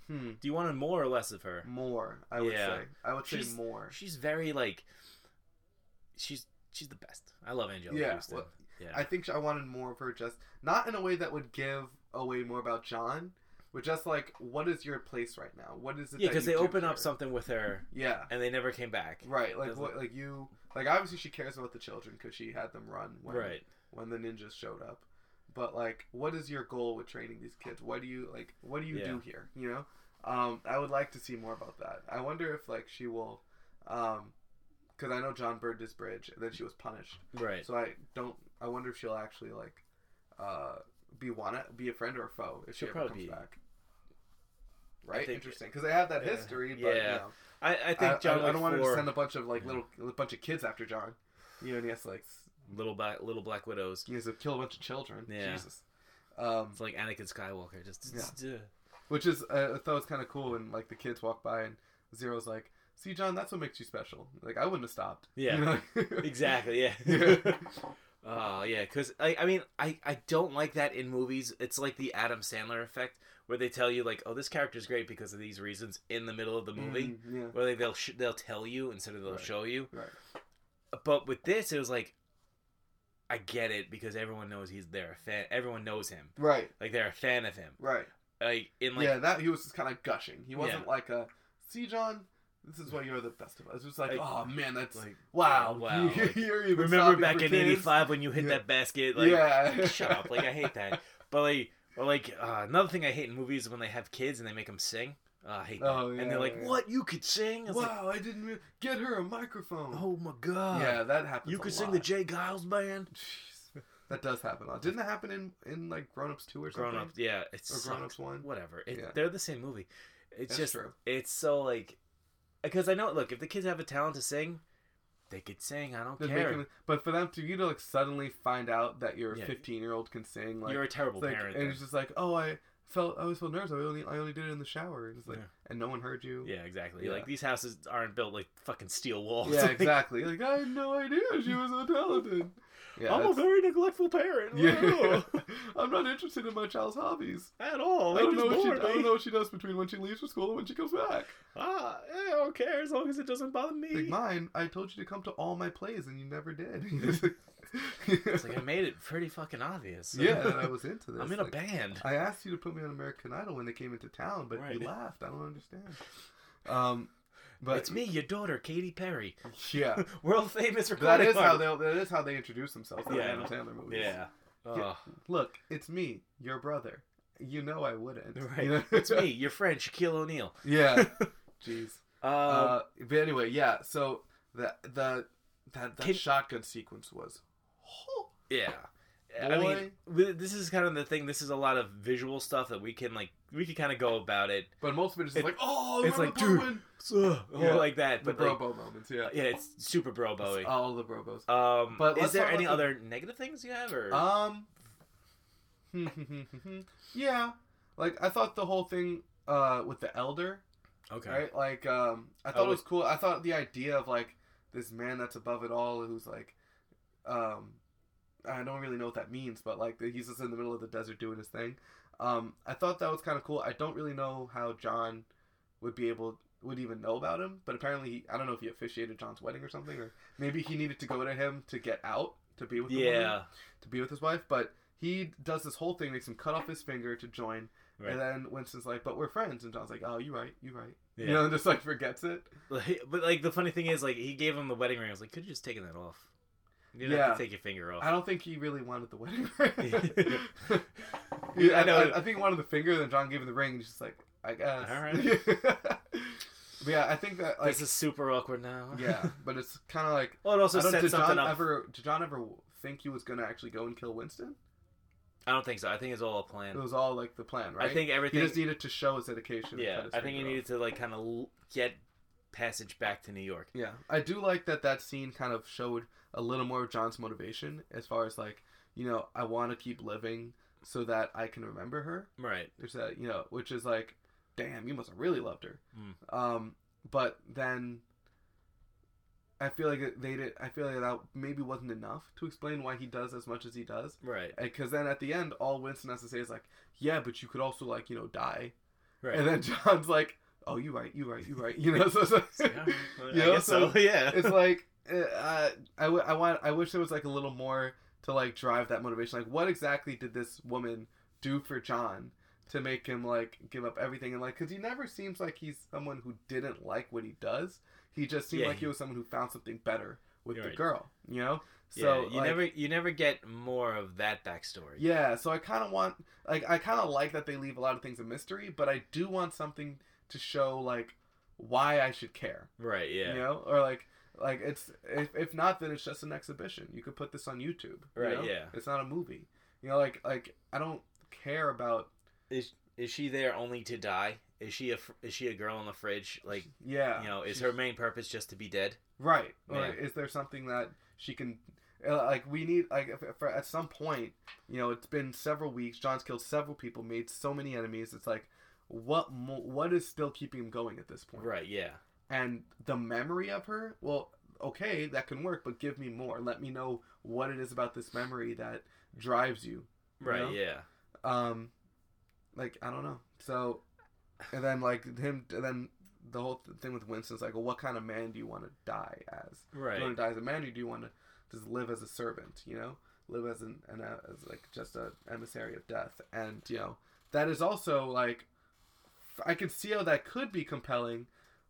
B: Hmm.
C: do you want more or less of her?
B: More, I would
C: Yeah.
B: say. I would say
C: She's-
B: more.
C: She's very like, she's she's the best. I love Angela
B: Yeah,
C: Houston.
B: well,
C: yeah,
B: I think I wanted more of her, just not in a way that would give away more about John, but just like, what is your place right now? What is it?
C: yeah,
B: that
C: because
B: you
C: they
B: do
C: open up
B: here?
C: something with her
B: Yeah.
C: and they never came back.
B: Right, like
C: Doesn't-
B: what, like you, like obviously she cares about the children because she had them run when
C: Right.
B: when the ninjas showed up. But like, what is your goal with training these kids? What do you like? What do you do here? You know, um, I would like to see more about that. I wonder if like she will, um, because I know John burned his bridge and then she was punished.
C: Right.
B: So I don't. I wonder if she'll actually like, uh, be wanna be a friend or a foe if she
C: She'll
B: ever comes
C: probably be-
B: back. Right,
C: think-
B: interesting because they have that
C: Yeah.
B: history, but
C: Yeah.
B: you know.
C: I, I
B: I,
C: think John.
B: I, I don't want
C: like,
B: to
C: for
B: send a bunch of like
C: Yeah.
B: little a bunch of kids after John. You know, and he has to like s-
C: little black little black widows.
B: he has to kill a bunch of children.
C: Yeah.
B: Jesus. Um,
C: It's like Anakin Skywalker. Just,
B: Yeah. which is uh, I thought was kind of cool when like the kids walk by and Zero's like, see, John, that's what makes you special. Like, I wouldn't have stopped.
C: Yeah.
B: You know?
C: Exactly. Yeah.
B: Yeah.
C: Oh yeah, because I, I mean I, I don't like that in movies. It's like the Adam Sandler effect, where they tell you like, oh, this character's great because of these reasons in the middle of the movie,
B: Mm, yeah.
C: where they, they'll sh- they'll tell you instead of they'll
B: Right.
C: show you.
B: Right.
C: But with this, it was like, I get it because everyone knows he's there. a Fan, everyone knows him.
B: Right.
C: Like they're a fan of him.
B: Right.
C: Like in like
B: yeah, that he was just kind of gushing. He wasn't
C: Yeah.
B: like a see, John. This is why you're the best of us. It was like,
C: Like-
B: oh man, that's
C: like
B: wow.
C: wow. like,
B: You're even
C: remember
B: stopping
C: back
B: for
C: in
B: kids.
C: '85 when you hit
B: Yeah.
C: that basket? Like,
B: yeah.
C: shut up! Like I hate that. But like, or like uh, another thing I hate in movies is when they have kids and they make them sing. Uh, I hate that.
B: Oh, yeah,
C: and they're like,
B: yeah.
C: "What? You could sing?" It's like,
B: wow, I didn't re- get her a microphone.
C: oh my god!
B: yeah, that happens.
C: you
B: a
C: could sing
B: lot.
C: the Jay Giles band.
B: Jeez. That does happen a lot. Didn't that happen in in like Grown Ups Two or something?
C: Grown up, yeah, it's
B: Or Grown Ups One.
C: whatever. It,
B: Yeah.
C: They're the same movie.
B: That's
C: It's just
B: true.
C: it's so like because I know. Look, if the kids have a talent to sing, they could sing. I don't
B: They're
C: care.
B: making- but for them to you to like suddenly find out that your
C: Yeah.
B: 15 year old can sing, like
C: You're a terrible
B: it's like-
C: parent.
B: and
C: then.
B: it's just like, oh, I felt I always felt nervous. I only I only did it in the shower. It's like,
C: Yeah.
B: and no one heard you.
C: Yeah, exactly.
B: Yeah.
C: Like these houses aren't built like fucking steel walls.
B: Yeah,
C: Like,
B: exactly. Like I had no idea she was so talented. Yeah,
C: I'm a
B: that's-
C: very neglectful parent.
B: yeah.
C: Yeah.
B: I'm not interested in my child's hobbies.
C: At all.
B: I don't know. What she, I
C: eh?
B: don't know what she does between when she leaves for school and when she comes back.
C: Ah, I don't care as long as it doesn't bother me.
B: Like mine, I told you to come to all my plays and you never did.
C: it's like I made it pretty fucking obvious.
B: yeah, that I was into this.
C: I'm in a
B: Like,
C: band.
B: I asked you to put me on American Idol when they came into town, but
C: Right.
B: you laughed. I don't understand. Um, but
C: it's me, your daughter, Katy Perry,
B: Yeah,
C: world famous
B: that
C: recording
B: is how
C: artist.
B: they that is how they introduce themselves in
C: Yeah, I
B: Adam
C: know.
B: Sandler movies.
C: Yeah. Ugh.
B: look, it's me, your brother. You know I wouldn't.
C: right.
B: You know?
C: it's me, your friend Shaquille O'Neal.
B: yeah. Jeez.
C: Um,
B: Uh, but anyway, yeah. So the the that that
C: Can-
B: shotgun sequence was. Oh,
C: yeah. I mean,
B: Boy.
C: wi- this is kind of the thing. This is a lot of visual stuff that we can like. We could kind of go about it,
B: but most of it is just
C: It-
B: like, oh,
C: it's
B: remember
C: like,
B: the part
C: dude,
B: when-
C: Ugh,
B: Yeah.
C: like that.
B: the
C: But like,
B: brobo moments. Yeah,
C: yeah, it's super bro Bowie.
B: all the brobos.
C: Um,
B: But
C: is
B: let's
C: there
B: talk
C: any
B: about the-
C: other negative things you have, or
B: Um. yeah, like I thought the whole thing uh with the elder,
C: okay,
B: right? Like um, I thought
C: Oh,
B: it was cool. I thought the idea of like this man that's above it all, who's like, um, I don't really know what that means, but like that he's just in the middle of the desert doing his thing. Um, I thought that was kind of cool. I don't really know how John would be able would even know about him, but apparently he, I don't know if he officiated John's wedding or something, or maybe he needed to go to him to get out to be with the woman
C: yeah,
B: to be with his wife, but he does this whole thing, makes him cut off his finger to join,
C: right.
B: and then Winston's like, "But we're friends," and John's like, "Oh, you right, you right,"
C: yeah.
B: you know, and just like forgets it.
C: Like, but like the funny thing is, like he gave him the wedding ring. I was like, could have just taken that off. You didn't have to
B: Yeah.
C: take your finger off.
B: I don't think he really wanted the wedding ring.
C: Yeah, I know.
B: I, I think he wanted the finger, then John gave him the ring, and he's just like, "I guess."
C: All
B: but yeah, I think that like
C: this is super awkward now.
B: yeah, but it's kind of like.
C: Well, it also
B: I don't,
C: sets
B: did
C: something
B: John
C: up.
B: ever? Did John ever think he was gonna actually go and kill Winston?
C: I don't think so. I think it's all a
B: It
C: plan.
B: was all like the plan, right?
C: I think
B: he
C: everything.
B: just needed to show his dedication. and
C: yeah,
B: cut his
C: I think he
B: finger off.
C: needed to like kind of l- get passage back to New York.
B: Yeah, I do like that that scene kind of showed a little more of John's motivation as far as like, you know, I want to keep living so that I can remember her.
C: Right.
B: There's that, you know, which is like, damn, you must have really loved her.
C: Mm.
B: Um, but then I feel like it- they did. I feel like that maybe wasn't enough to explain why he does as much as he does.
C: Right.
B: Because then at the end, all Winston has to say is like, yeah, but you could also like, you know, die.
C: Right.
B: And then John's like, oh, you right, you right, you right. You know, so it's like-
C: Yeah, well, I
B: You know,
C: guess
B: so
C: so. Yeah.
B: it's like uh, I, w- I want I wish there was like a little more to like drive that motivation. Like, what exactly did this woman do for John to make him like give up everything and like because he never seems like he's someone who didn't like what he does. He just seemed
C: Yeah,
B: like he,
C: he-
B: was someone who found something better with
C: You're
B: the
C: right.
B: girl. You know,
C: So
B: so
C: you
B: like,
C: never you never get more of that backstory.
B: yeah, so I kind of want, like, I kind of like that they leave a lot of things a mystery, but I do want something to show, like, why I should care.
C: Right. Yeah.
B: You know, or like, like it's if, if not, then it's just an exhibition. You could put this on YouTube. you
C: Right,
B: know?
C: yeah.
B: It's not a movie. You know, like, like I don't care about.
C: Is is she there only to die? Is she a fr- is she a girl in the fridge? Like
B: Yeah.
C: you know, is
B: she's-
C: her main purpose just to be dead?
B: right? Or
C: Yeah.
B: is there something that she can? uh, Like we need like if, if at some point, you know, it's been several weeks. John's killed several people, made so many enemies. It's like, what mo- what is still keeping him going at this point?
C: Right. Yeah.
B: And the memory of her, well, okay, that can work, but give me more. Let me know what it is about this memory that drives you. you
C: Right.
B: know?
C: Yeah.
B: Um, like I don't know. So, and then like him, and then the whole th- thing with Winston's like, well, what kind of man do you want to die as? Do you
C: Right.
B: want to die as a man, or do you want to just live as a servant? You know, live as an, an uh, as like just a emissary of death. And you know, that is also like, f- I can see how that could be compelling,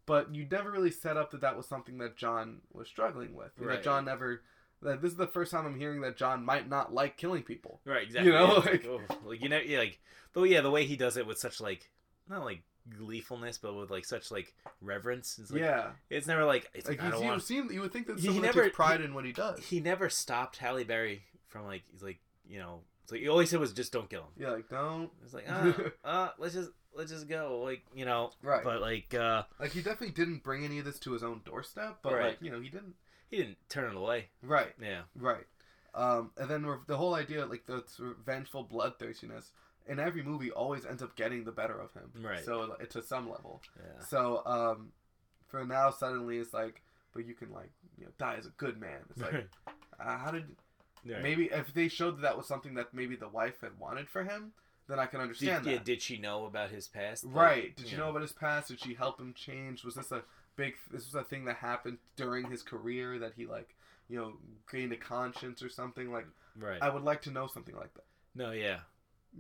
B: but you never really set up that that was something that John was struggling with. You know,
C: Right.
B: John never. That this is the first time I'm hearing that John might not like killing people.
C: Right. Exactly.
B: know,
C: yeah, it's
B: like-
C: oh, like, you know, yeah, like though, yeah, the way he does it with such like not like gleefulness, but with like such like reverence. It's like,
B: yeah,
C: It's never like it's
B: like
C: like, I
B: you,
C: don't
B: you
C: want.
B: seem you would think that
C: He- he
B: someone that
C: never-
B: takes pride in what he does.
C: He never stopped Halle Berry from like he's like you know it's like he always said was just don't kill him.
B: yeah, like don't
C: It's like uh, uh let's just let's just go like you know
B: right.
C: but like uh
B: like he definitely didn't bring any of this to his own doorstep, but
C: Right.
B: like you know he didn't.
C: he didn't turn it away.
B: Right,
C: Yeah.
B: right. Um, and then we're- the whole idea, like the sort of vengeful bloodthirstiness, in every movie always ends up getting the better of him.
C: Right.
B: So like, to some level.
C: Yeah.
B: So um, for now, suddenly it's like, but you can like you know die as a good man. It's like,
C: Right.
B: uh, how did
C: Right.
B: maybe if they showed that, that was something that maybe the wife had wanted for him, then I can
C: did,
B: understand that.
C: yeah, did she know about his past? Like,
B: Right. Did you
C: yeah.
B: know about his past? Did she help him change? Was this a big? This was a thing that happened during his career that he like, you know, gained a conscience or something. Like,
C: Right.
B: I would like to know something like that.
C: no. Yeah.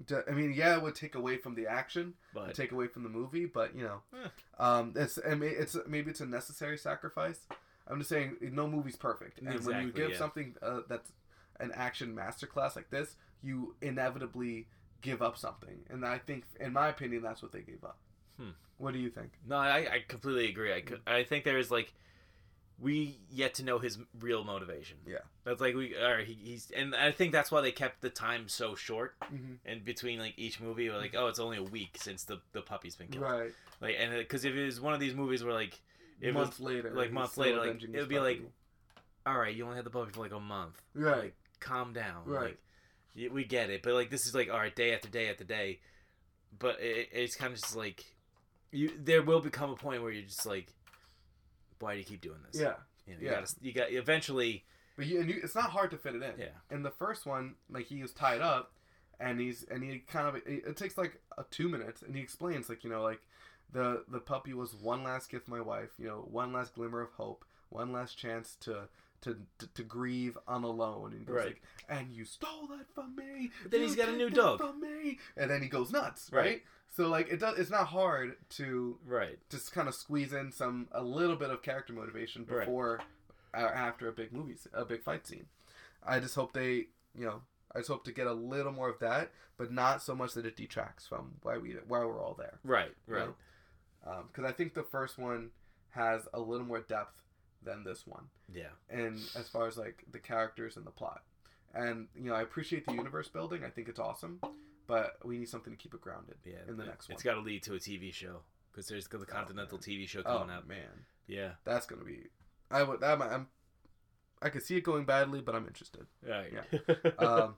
B: D- I mean, yeah, it would take away from the action,
C: But
B: take away from the movie, but you know,
C: Eh.
B: um, it's I mean, it's maybe it's a necessary sacrifice. I'm just saying, no movie's perfect, and when
C: Exactly,
B: you give
C: yeah.
B: something uh, that's an action masterclass like this, you inevitably give up something, and I think, in my opinion, that's what they gave up.
C: Hmm.
B: What do you think?
C: no, I, I completely agree. I, co- I think there is like we yet to know his real motivation.
B: Yeah.
C: That's like we all right. He, he's and I think that's why they kept the time so short.
B: hmm
C: and between like each movie we're like oh it's only a week since the the puppy's been killed
B: Right.
C: like and because if it was one of these movies where like it
B: months
C: was
B: later,
C: like,
B: he's
C: months
B: still
C: later, like,
B: avenging
C: it
B: his
C: would be like-
B: puppy.
C: all right you only had the puppy for like a month
B: right,
C: calm down
B: Right.
C: like, y- we get it but like this is like all right day after day after day but it, it's kind of just like you there will become a point where you're just like why do you keep doing this
B: yeah.
C: you, know, you
B: yeah.
C: gotta you got eventually
B: But you, and you, it's not hard to fit it in.
C: yeah
B: in the first one, like he was tied up, and he's and he kind of it, it takes like a two minutes, and he explains like you know like the the puppy was one last gift my wife, you know, one last glimmer of hope, one last chance to. To, to, to grieve on alone and he goes
C: Right.
B: like, and you stole that from me.
C: But then
B: You
C: he's got a
B: did
C: new
B: that
C: dog."
B: from me, and then he goes nuts,
C: Right.
B: right? So like it does. It's not hard to
C: right
B: just kind of squeeze in some a little bit of character motivation
C: Right.
B: before or after a big movie s- a big fight scene. I just hope they you know I just hope to get a little more of that, but not so much that it detracts from why we why we're all there.
C: right right
B: Because I think the first one has a little more depth than this one,
C: yeah
B: and as far as like the characters and the plot. And you know I appreciate the universe building. I think it's awesome, but we need something to keep it grounded.
C: yeah
B: In the next
C: it's
B: one. Oh,
C: got to lead to a tv show because there's the continental
B: man.
C: tv show
B: Oh
C: coming out
B: man.
C: yeah
B: that's gonna be. I would. That might, I'm. I could see it going badly, but I'm interested.
C: Right.
B: Um,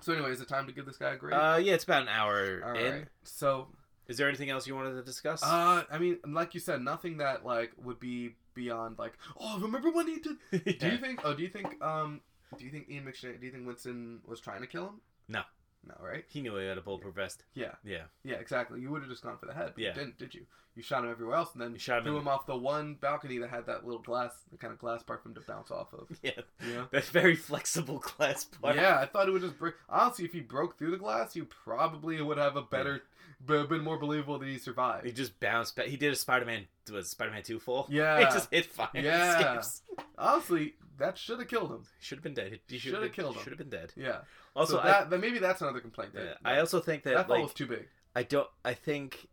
B: so, anyway, is it time to give this guy a grade?
C: uh, yeah, it's about an hour
B: All
C: in.
B: right. So,
C: Is there anything else you wanted to discuss?
B: uh, I mean, like you said, nothing that like would be beyond like. Oh, remember when he did?
C: Yeah.
B: Do you think? Oh, do you think? Um, do you think Ian McShane? Do you think Winston was trying to kill him?
C: No.
B: No, right?
C: He knew he had a bulletproof vest.
B: Yeah,
C: Yeah.
B: yeah, exactly. You would have just gone for the head, but
C: Yeah.
B: you didn't, did you? You shot him everywhere else, and then
C: You shot him
B: threw
C: in-
B: him off the one balcony that had that little glass, the kind of glass part for him to bounce off of.
C: Yeah.
B: Yeah.
C: That very flexible glass part.
B: Yeah, I thought it would just break. Honestly, if he broke through the glass, you probably would have a better, b- been more believable that he
C: He
B: survived.
C: just bounced back. He did a Spider Man. Was Spider Man 2 fall?
B: Yeah.
C: He just hit fire.
B: Yeah.
C: Yeah. Escapes.
B: Honestly, that should have killed him.
C: Should have been dead. He
B: Shoulda
C: should have
B: killed him.
C: Should have been dead.
B: Yeah.
C: Also,
B: so that, that maybe that's another complaint.
C: I,
B: That,
C: yeah, I also think that,
B: that fall
C: like,
B: was too big.
C: I don't. I think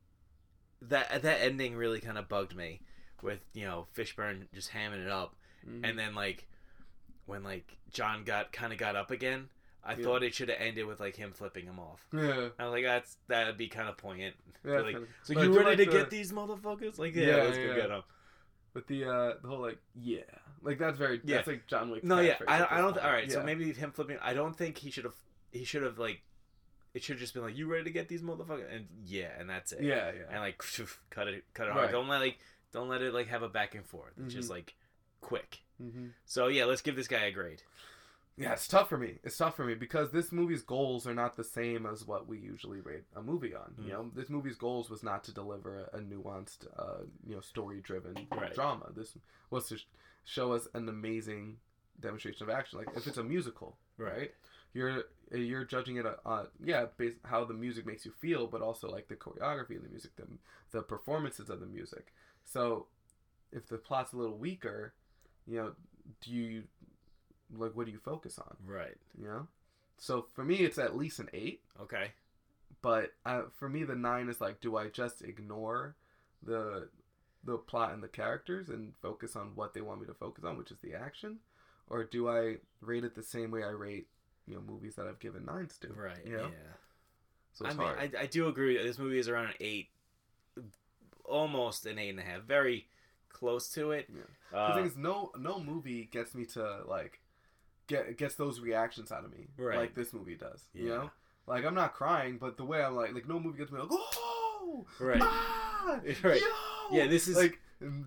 C: that that ending really kind of bugged me with, you know, Fishburne just hamming it up.
B: Mm.
C: and then like when like John got kind of got up again, I
B: Yeah.
C: thought it should have ended with like him flipping him off.
B: yeah, yeah,
C: I was like, that's that'd be kind of poignant.
B: that's
C: like,
B: kinda-
C: So
B: But I
C: you
B: do
C: ready
B: like
C: to
B: the-
C: get these motherfuckers? Like, yeah,
B: Yeah,
C: let's go
B: yeah.
C: get them.
B: But the uh, the whole like yeah, like that's very
C: Yeah.
B: that's like John Wick.
C: No, yeah,
B: catchphrase at
C: I,
B: this
C: I don't.
B: point.
C: All right, so
B: Yeah.
C: maybe him flipping. I don't think he should have. He should have like it should have just been like, "You ready to get these motherfuckers?" And yeah, and that's it.
B: Yeah, yeah.
C: And like, cut it, cut it
B: Right. Mm-hmm.
C: off. Don't let like, don't let it like have a back and forth. It's just like quick.
B: hmm
C: So yeah, let's give this guy a grade.
B: Yeah, it's tough for me. It's tough for me because this movie's goals are not the same as what we usually rate a movie on.
C: Mm.
B: You know, this movie's goals was not to deliver a, a nuanced, uh, you know, story-driven
C: Right.
B: drama. This was to sh- show us an amazing demonstration of action. Like if it's a musical, right? You're you're judging it on yeah, based how the music makes you feel, but also like the choreography of the music, the the performances of the music. So, if the plot's a little weaker, you know, do you like what do you focus on?
C: Right.
B: You know, so for me, it's at least an eight.
C: Okay.
B: But uh, for me, the nine is like, do I just ignore the the plot and the characters and focus on what they want me to focus on, which is the action, or do I rate it the same way I rate you know movies that I've given nines to?
C: Right.
B: You know?
C: yeah.
B: So it's
C: I mean,
B: hard.
C: I, I do agree. This movie is around an eight, almost an eight and a half, very close to it.
B: Yeah. the
C: Uh,
B: thing is, no no movie gets me to like get gets those reactions out of me
C: Right.
B: like this movie does. You
C: Yeah.
B: know, like I'm not crying, but the way I'm like, like no movie gets me like, oh,
C: Right.
B: ah,
C: Right.
B: yo!"
C: Yeah, this is-
B: like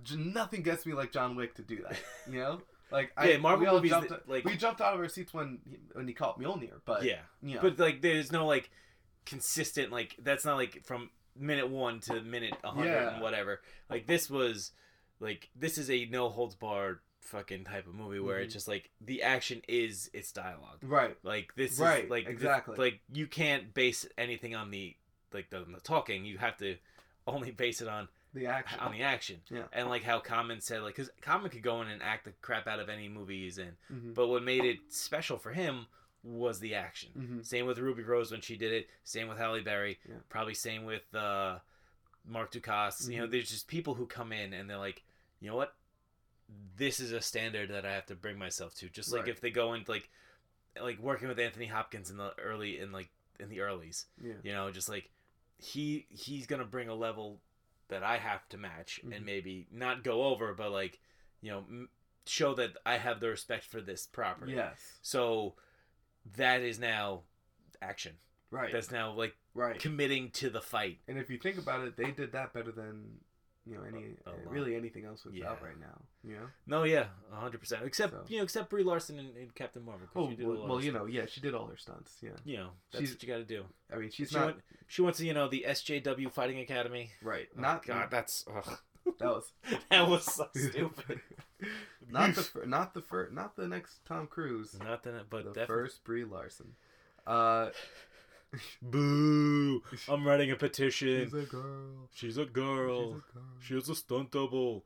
B: j- nothing gets me like John Wick to do that. You know, like I,
C: Yeah, Marvel
B: we all
C: movies
B: jumped,
C: that, like-
B: we jumped out of our seats when he, when he caught Mjolnir, but
C: yeah,
B: you know,
C: but like, there's no like consistent like that's not like from minute one to minute a hundred
B: Yeah.
C: and whatever. Like this was, like this is a no holds barred fucking type of movie where
B: Mm-hmm.
C: it's just like the action is its dialogue.
B: right,
C: Like this
B: Right,
C: is like this-
B: exactly.
C: like you can't base anything on the like the, the talking. You have to only base it on
B: the action.
C: on the action.
B: Yeah.
C: And like how Common said, like, because Common could go in and act the crap out of any movie he's in,
B: Mhm.
C: but what made it special for him was the action.
B: Mhm.
C: Same with Ruby Rose when she did it. Same with Halle Berry.
B: Yeah.
C: Probably same with uh, Mark Ducasse. You know,
B: Mhm.
C: there's just people who come in and they're like, you know what? This is a standard that I have to bring myself to. Just like
B: Right.
C: if they go into like, like working with Anthony Hopkins in the early in like in the earlys,
B: Yeah.
C: you know just like he he's gonna bring a level that i have to match
B: Mhm.
C: and maybe not go over but like you know m- show that i have the respect for this property
B: Yes.
C: so that is now action
B: Right.
C: that's now like
B: right.
C: committing to the fight
B: And if you think about it, they did that better than you know any
C: A- a lot.
B: really anything else that's out
C: Yeah.
B: right now. You know.
C: no yeah 100% except
B: So.
C: you know except brie larson and, and captain marvel 'cause
B: Oh
C: she did a
B: well,
C: lot
B: well,
C: of
B: you
C: stuff.
B: know, yeah, she did all her stunts. Yeah,
C: you know that's
B: she's-
C: what you got to do
B: I mean, she's
C: she,
B: not
C: went, she went to you know the sjw fighting academy
B: right.
C: Oh,
B: Not
C: god that's ugh.
B: that was
C: that was so stupid
B: not the fir- not the first not the next Tom Cruise.
C: Nothing, but
B: the
C: definitely.
B: first Brie Larson. Uh,
C: Boo! I'm writing a
B: she's
C: petition.
B: a girl.
C: She's a
B: She's a
C: girl.
B: girl.
C: She has a stunt double.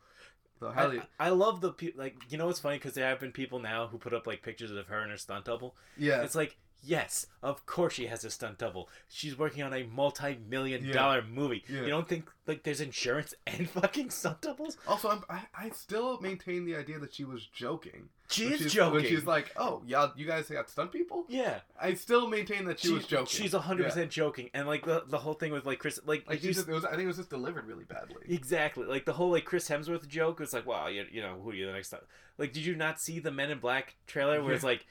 B: So Halle,
C: I, I love the people. Like you know, it's funny because there have been people now who put up like pictures of her and her stunt double.
B: yeah,
C: It's like, yes, of course she has a stunt double. She's working on a multi-million
B: Yeah.
C: dollar movie.
B: Yeah.
C: You don't think like there's insurance and fucking stunt doubles?
B: Also, I'm, I I still maintain the idea that she was joking.
C: She
B: When
C: is
B: she's-
C: joking.
B: When she's like, "Oh, y'all, you guys got stunt people."
C: yeah,
B: I still maintain that she, was joking.
C: She's hundred percent joking, and like the the whole thing with like Chris, like,
B: Like she
C: you
B: just, it was, I think it was just delivered really badly.
C: Exactly, like the whole like Chris Hemsworth joke was like, wow, you, you know who are you the next time? Like, did you not see the Men in Black trailer where it's like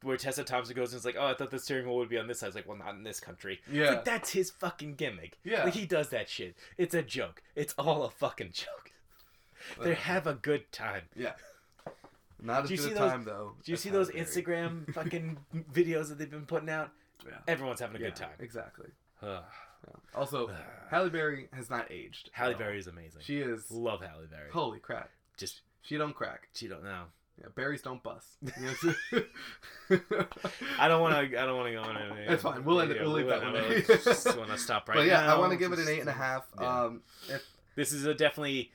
C: where Tessa Thompson goes and it's like, oh, I thought the steering wheel would be on this side. It's like, well, not in this country.
B: Yeah.
C: like, that's his fucking gimmick.
B: Yeah.
C: like he does that shit. It's a joke. It's all a fucking joke. they have a good time.
B: Yeah. Not as
C: Do you
B: good
C: see
B: a
C: those-
B: time though.
C: Do you
B: as
C: see
B: Halle
C: those
B: Berry.
C: Instagram fucking videos that they've been putting out?
B: Yeah.
C: Everyone's having a
B: Yeah,
C: good time.
B: Exactly.
C: Ugh.
B: Yeah. Also,
C: Ah.
B: Halle Berry has not aged.
C: Halle
B: at all.
C: Berry is amazing.
B: She is.
C: Love Halle Berry.
B: Holy crap.
C: Just
B: She don't crack.
C: she don't know.
B: Yeah, berries don't bust. You know?
C: I don't want to. I don't want to go on anything.
B: That's fine. We'll end it- we'll leave that one in.
C: Just want to stop right
B: but yeah,
C: now.
B: I want to give it an
C: Just-
B: eight and a half.
C: yeah.
B: Um, if,
C: This is a definitely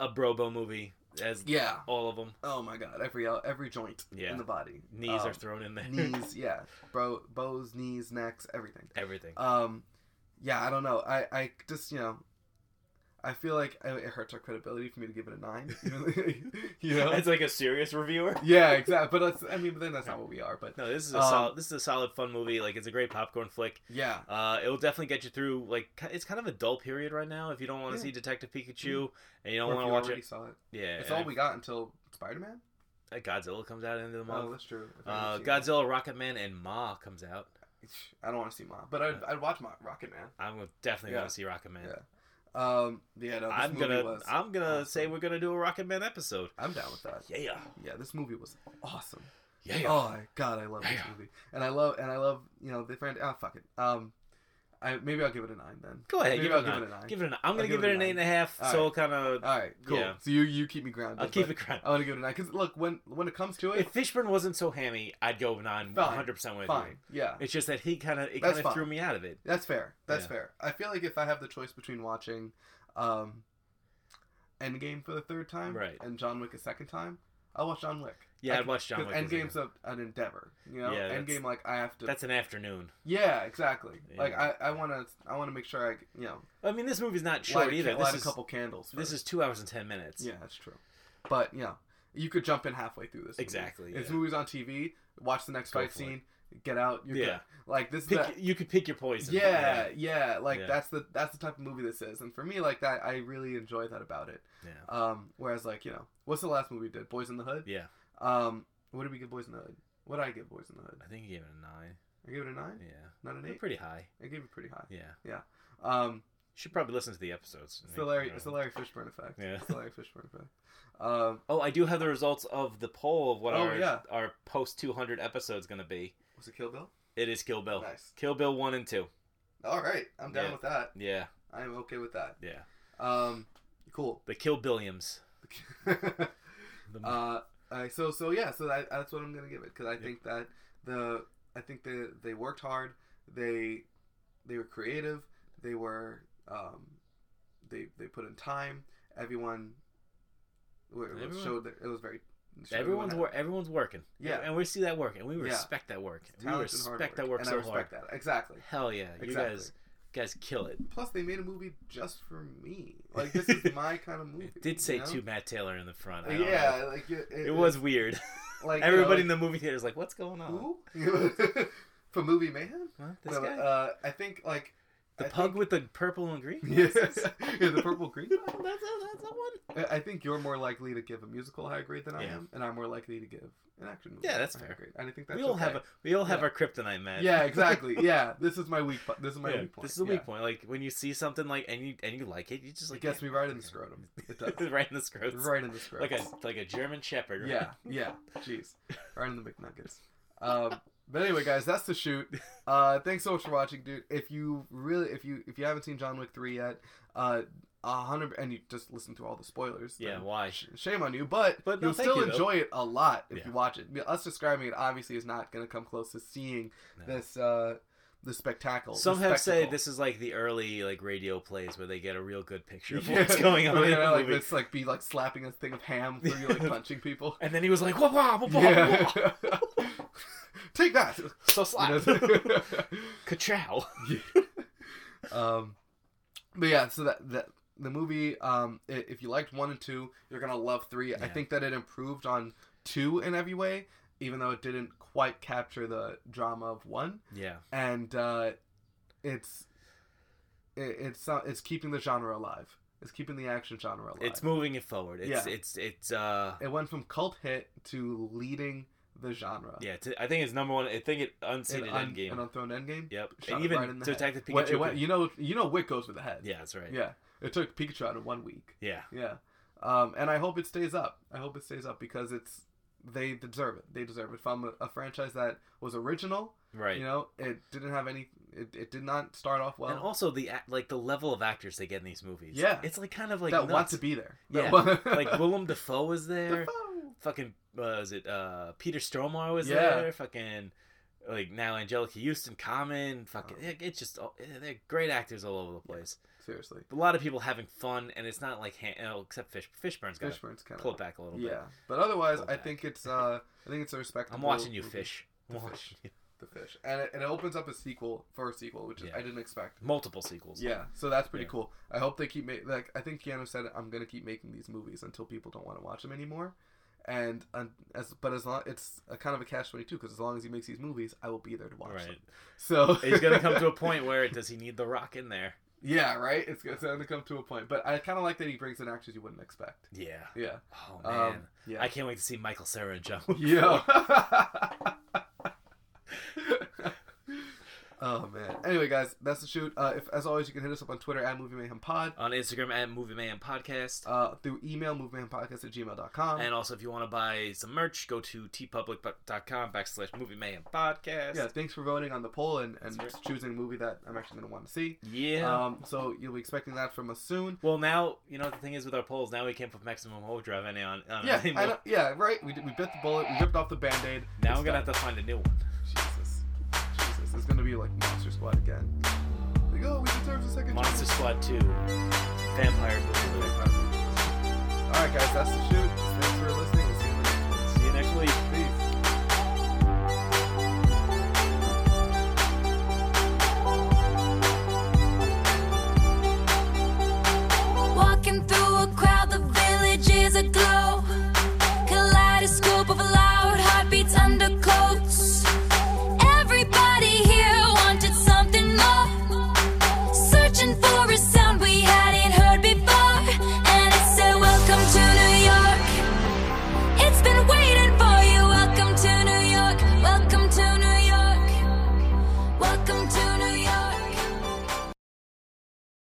C: a brobo movie, as
B: yeah.
C: all of them.
B: Oh my god, every every joint
C: Yeah.
B: in the body.
C: Knees
B: Um,
C: are thrown in there.
B: Knees, yeah. Bro, bows, knees, necks, everything.
C: Everything.
B: Um, yeah, I don't know. I, I just you know, I feel like I, it hurts our credibility for me to give it a nine. you know?
C: It's like a serious reviewer.
B: Yeah, exactly. But that's, I mean, but then that's not what we are. But
C: No, this is a
B: Um,
C: solid. This is a solid fun movie. Like it's a great popcorn flick.
B: yeah,
C: Uh, it'll definitely get you through. Like ki- it's kind of a dull period right now. If you don't want to
B: Yeah. Mm-hmm.
C: see Detective Pikachu and you don't
B: or if
C: want to
B: you
C: watch
B: already
C: it,
B: saw it.
C: yeah,
B: It's
C: and
B: all we got until Spider Man.
C: Godzilla comes out into the
B: Oh,
C: month.
B: that's true. If I
C: uh,
B: haven't seen it.
C: Godzilla, Rocketman, and Ma comes out.
B: I don't want to see Ma, but I'd, I'd watch Ma Rocket Man.
C: I'm definitely
B: Yeah.
C: gonna see Rocket Man.
B: Yeah. Um, yeah, no, this
C: I'm
B: movie
C: gonna
B: was. I'm...
C: I'm gonna say we're gonna do a Rocket Man episode.
B: down with that.
C: Yeah,
B: Yeah, this movie was awesome.
C: yeah,
B: Oh my god, I love this
C: Yeah.
B: movie, and I love and I love you know the friend. Oh fuck it. Um, I maybe I'll give it a nine then.
C: Go ahead,
B: Maybe
C: give it,
B: I'll
C: a nine. Give it a nine. I'm gonna
B: give
C: give
B: it
C: it
B: a
C: an eight
B: nine.
C: and a half.
B: All
C: so kind of,
B: All right, cool.
C: Yeah.
B: So you you keep me grounded.
C: I'll keep
B: but
C: it grounded.
B: I want to give it a nine because look when when it comes to it,
C: If Fishburne wasn't so hammy, I'd go nine,
B: Fine.
C: 100 percent with
B: fine.
C: you.
B: Yeah,
C: It's just that he kind of it
B: That's
C: kind
B: fine.
C: of threw me out of it.
B: that's fair. That's
C: Yeah.
B: fair. I feel like if I have the choice between watching, um, Endgame for the third time,
C: Right.
B: and John Wick a second time, I'll watch John Wick.
C: Yeah,
B: I
C: I'd
B: can-
C: watch John
B: 'cause
C: Wick as a-
B: Endgame's a, an endeavor. You know,
C: Yeah, that's-
B: Endgame like I have to.
C: That's an afternoon.
B: Yeah, exactly.
C: Yeah.
B: Like I, I want to, I want to make sure I, you know,
C: I mean, this movie's not short
B: light, a,
C: either.
B: light
C: This is
B: a couple candles.
C: this
B: first.
C: is two hours and ten minutes.
B: yeah, that's true. But yeah, you could jump in halfway through this. movie.
C: Exactly,
B: If this
C: yeah.
B: movie's on TV, watch the next
C: Go
B: fight
C: for it.
B: scene, get out. You're
C: Yeah.
B: good. Like this. is
C: Pick,
B: that-
C: you could pick your poison.
B: yeah, yeah, Like
C: Yeah.
B: that's the that's the type of movie this is, and for me, like that, I really enjoy that about it.
C: yeah,
B: Um, whereas like you know, what's the last movie we did? Boys in the Hood.
C: yeah.
B: Um, what did we give Boys in the Hood? What did I give Boys in the Hood?
C: I think he gave it a nine.
B: I gave it a nine,
C: Yeah,
B: not an
C: They're
B: eight.
C: pretty high.
B: I gave it pretty high.
C: Yeah,
B: Um,
C: should probably listen to the episodes.
B: It's the Larry, it's the Larry Fishburne effect.
C: Yeah.
B: It's the Larry Fishburne effect. Um,
C: Oh, I do have the results of the poll of what
B: Oh,
C: our
B: yeah.
C: our post 200 episode's going to be.
B: was it Kill Bill?
C: It is Kill Bill.
B: Nice.
C: Kill Bill 1 and 2.
B: All right, I'm down
C: Yeah.
B: with that.
C: Yeah.
B: I am okay with that.
C: Yeah.
B: Um, cool.
C: The Kill Billiams. The-
B: uh, I- so so yeah, so that, that's what I'm gonna give it because I think that the I think that they worked hard. They they were creative. They were um, they they put in time. Everyone, w- it
C: Everyone-
B: showed that it was very. showed everyone
C: everyone's
B: had-
C: wor- everyone's working.
B: Yeah.
C: And we see that work and we
B: Yeah.
C: respect that work. We
B: talent and hard
C: respect that work
B: and
C: so
B: I respect
C: hard.
B: that exactly.
C: Hell yeah. You
B: Exactly.
C: guys guys kill it.
B: Plus, they made a movie just for me. Like this is my kind of movie.
C: It did say
B: you know?
C: to Matt Taylor in the front. I don't
B: Yeah,
C: know.
B: like it,
C: It was weird.
B: like
C: Everybody in
B: you
C: the movie theater is like, "What's going on?"
B: know, like, who for movie mayhem.
C: Huh? This
B: But,
C: guy,
B: Uh, I think like
C: the
B: I
C: pug
B: think-
C: with the purple and green.
B: yeah,
C: glasses?
B: yeah, the purple green.
C: that's a, that's a one.
B: I I think you're more likely to give a musical high grade than I
C: Yeah.
B: am, and I'm more likely to give an action movie.
C: Yeah, that's
B: a high
C: fair.
B: Grade. And I think that's
C: we all
B: okay.
C: have a, we all have
B: Yeah.
C: our kryptonite, man.
B: yeah, exactly. Yeah, this is my weak. po- This is my
C: Yeah,
B: weak point.
C: This is a
B: Yeah.
C: weak point. Like when you see something like and you and you like it, you just like
B: It gets
C: yeah.
B: me right in the scrotum. It does.
C: right in the scrotum.
B: right in the scrotum.
C: Like a like a German Shepherd. right?
B: Yeah, yeah. Jeez. Right in the McNuggets. Um, but anyway, guys, that's the shoot. Uh, thanks so much for watching, dude. If you really, if you if you haven't seen John Wick three yet, uh, a hundred and you just listen to all the spoilers.
C: Yeah.
B: then
C: Why?
B: sh- Shame on you, but,
C: But no,
B: you'll
C: thank
B: still
C: you, though.
B: enjoy it a lot if
C: Yeah.
B: you watch it. I mean, Us describing it obviously is not going to come close to seeing
C: No.
B: this uh, the spectacle. the
C: Some have said
B: spectacle.
C: this is like the early like radio plays where they get a real good picture of
B: Yeah.
C: what's going on
B: We're
C: in
B: gonna,
C: the
B: like
C: movie.
B: this, like be like slapping a thing of ham through you, like punching people.
C: And then he was like, "Wah wah wah wah, wah."
B: Yeah. Take that.
C: So slap.
B: You know?
C: Kachow.
B: um, but yeah, so that that the movie, um, i- if you liked one and two, you're gonna love three. I
C: Yeah.
B: think that it improved on two in every way, even though it didn't quite capture the drama of one.
C: Yeah.
B: And uh, it's it, it's not- it's keeping the genre alive. It's keeping the action genre alive.
C: It's moving it forward. It's
B: Yeah.
C: it's it's uh
B: it went from cult hit to leading the genre.
C: yeah, it's, I think it's number one. I think it
B: An,
C: unseated
B: un-
C: Endgame.
B: an unthrown endgame.
C: yep.
B: shot it
C: And even
B: right in the head.
C: Detective
B: Wait,
C: Pikachu.
B: it went- you know, you know, Wick goes with the head.
C: yeah, that's right.
B: Yeah, it took Pikachu out in one week.
C: Yeah.
B: Yeah, um, and I hope it stays up. I hope it stays up because it's they deserve it. They deserve it from a, a franchise that was original.
C: Right.
B: You know, it didn't have any. It, it did not start off well.
C: and also the act- like the level of actors they get in these movies.
B: Yeah.
C: it's like kind of like
B: that
C: nuts.
B: want to be there.
C: Yeah.
B: That want-
C: like Willem Dafoe was there.
B: Defoe.
C: Fucking uh, is it uh, Peter Stromar was
B: Yeah.
C: there. Fucking like now Angelica Houston, Common. Fucking
B: Oh.
C: it- it's just all, eh, they're great actors all over the place.
B: Seriously,
C: A lot of people having fun, and it's not like ha- oh, except Fish Fishburne's got to
B: Fishburne's kind
C: pull it
B: of
C: back a little bit.
B: yeah. But otherwise,
C: Pull
B: I
C: back.
B: think it's uh, I think it's a respectable.
C: I'm watching you,
B: movie.
C: Fish. I'm
B: The Fish.
C: watching you.
B: The fish, and it, and it opens up a sequel for a sequel, which is,
C: Yeah.
B: I didn't expect.
C: Multiple sequels.
B: Yeah, so that's pretty
C: Yeah.
B: cool. I hope they keep making. Like I think Keanu said, I'm gonna keep making these movies until people don't want to watch them anymore. And um, as but as long it's a kind of a catch twenty two because as long as he makes these movies, I will be there to watch
C: Right.
B: them. So
C: He's gonna come to a point where does he need the rock in there?
B: yeah, right. It's, it's gonna come to a point, but I kind of like that he brings in actors you wouldn't expect.
C: Yeah.
B: Yeah.
C: Oh man.
B: Um, yeah.
C: I can't wait to see Michael Sarah and John. Wick
B: yeah. Oh man. Anyway, guys, that's the shoot. Uh, if as always, you can hit us up on Twitter at Movie Mayhem Pod,
C: on Instagram at Movie Mayhem Podcast.
B: uh, through email moviemayhempodcast at gmail.com.
C: and also, if you want to buy some merch, go to tpublic.com backslash Movie Mayhem Podcast.
B: yeah, thanks for voting on the poll and, and
C: That's right.
B: choosing a movie that I'm actually going to want to see.
C: Yeah.
B: Um, so you'll be expecting that from us soon.
C: well, now you know what the thing is with our polls. Now we can't put Maximum Hole Drive any on. on
B: Yeah,
C: anymore.
B: I know, yeah, right. We, did, we bit the bullet. We ripped off the band-aid.
C: now I'm gonna have to find a new one.
B: Jesus, Jesus, it's gonna be like Monster Squad again. Like, oh, we deserve a second.
C: Monster Squad Two, Vampire Movie.
B: All right, guys, that's the shoot. Thanks for listening. We'll see you in the next one.
C: See you next week.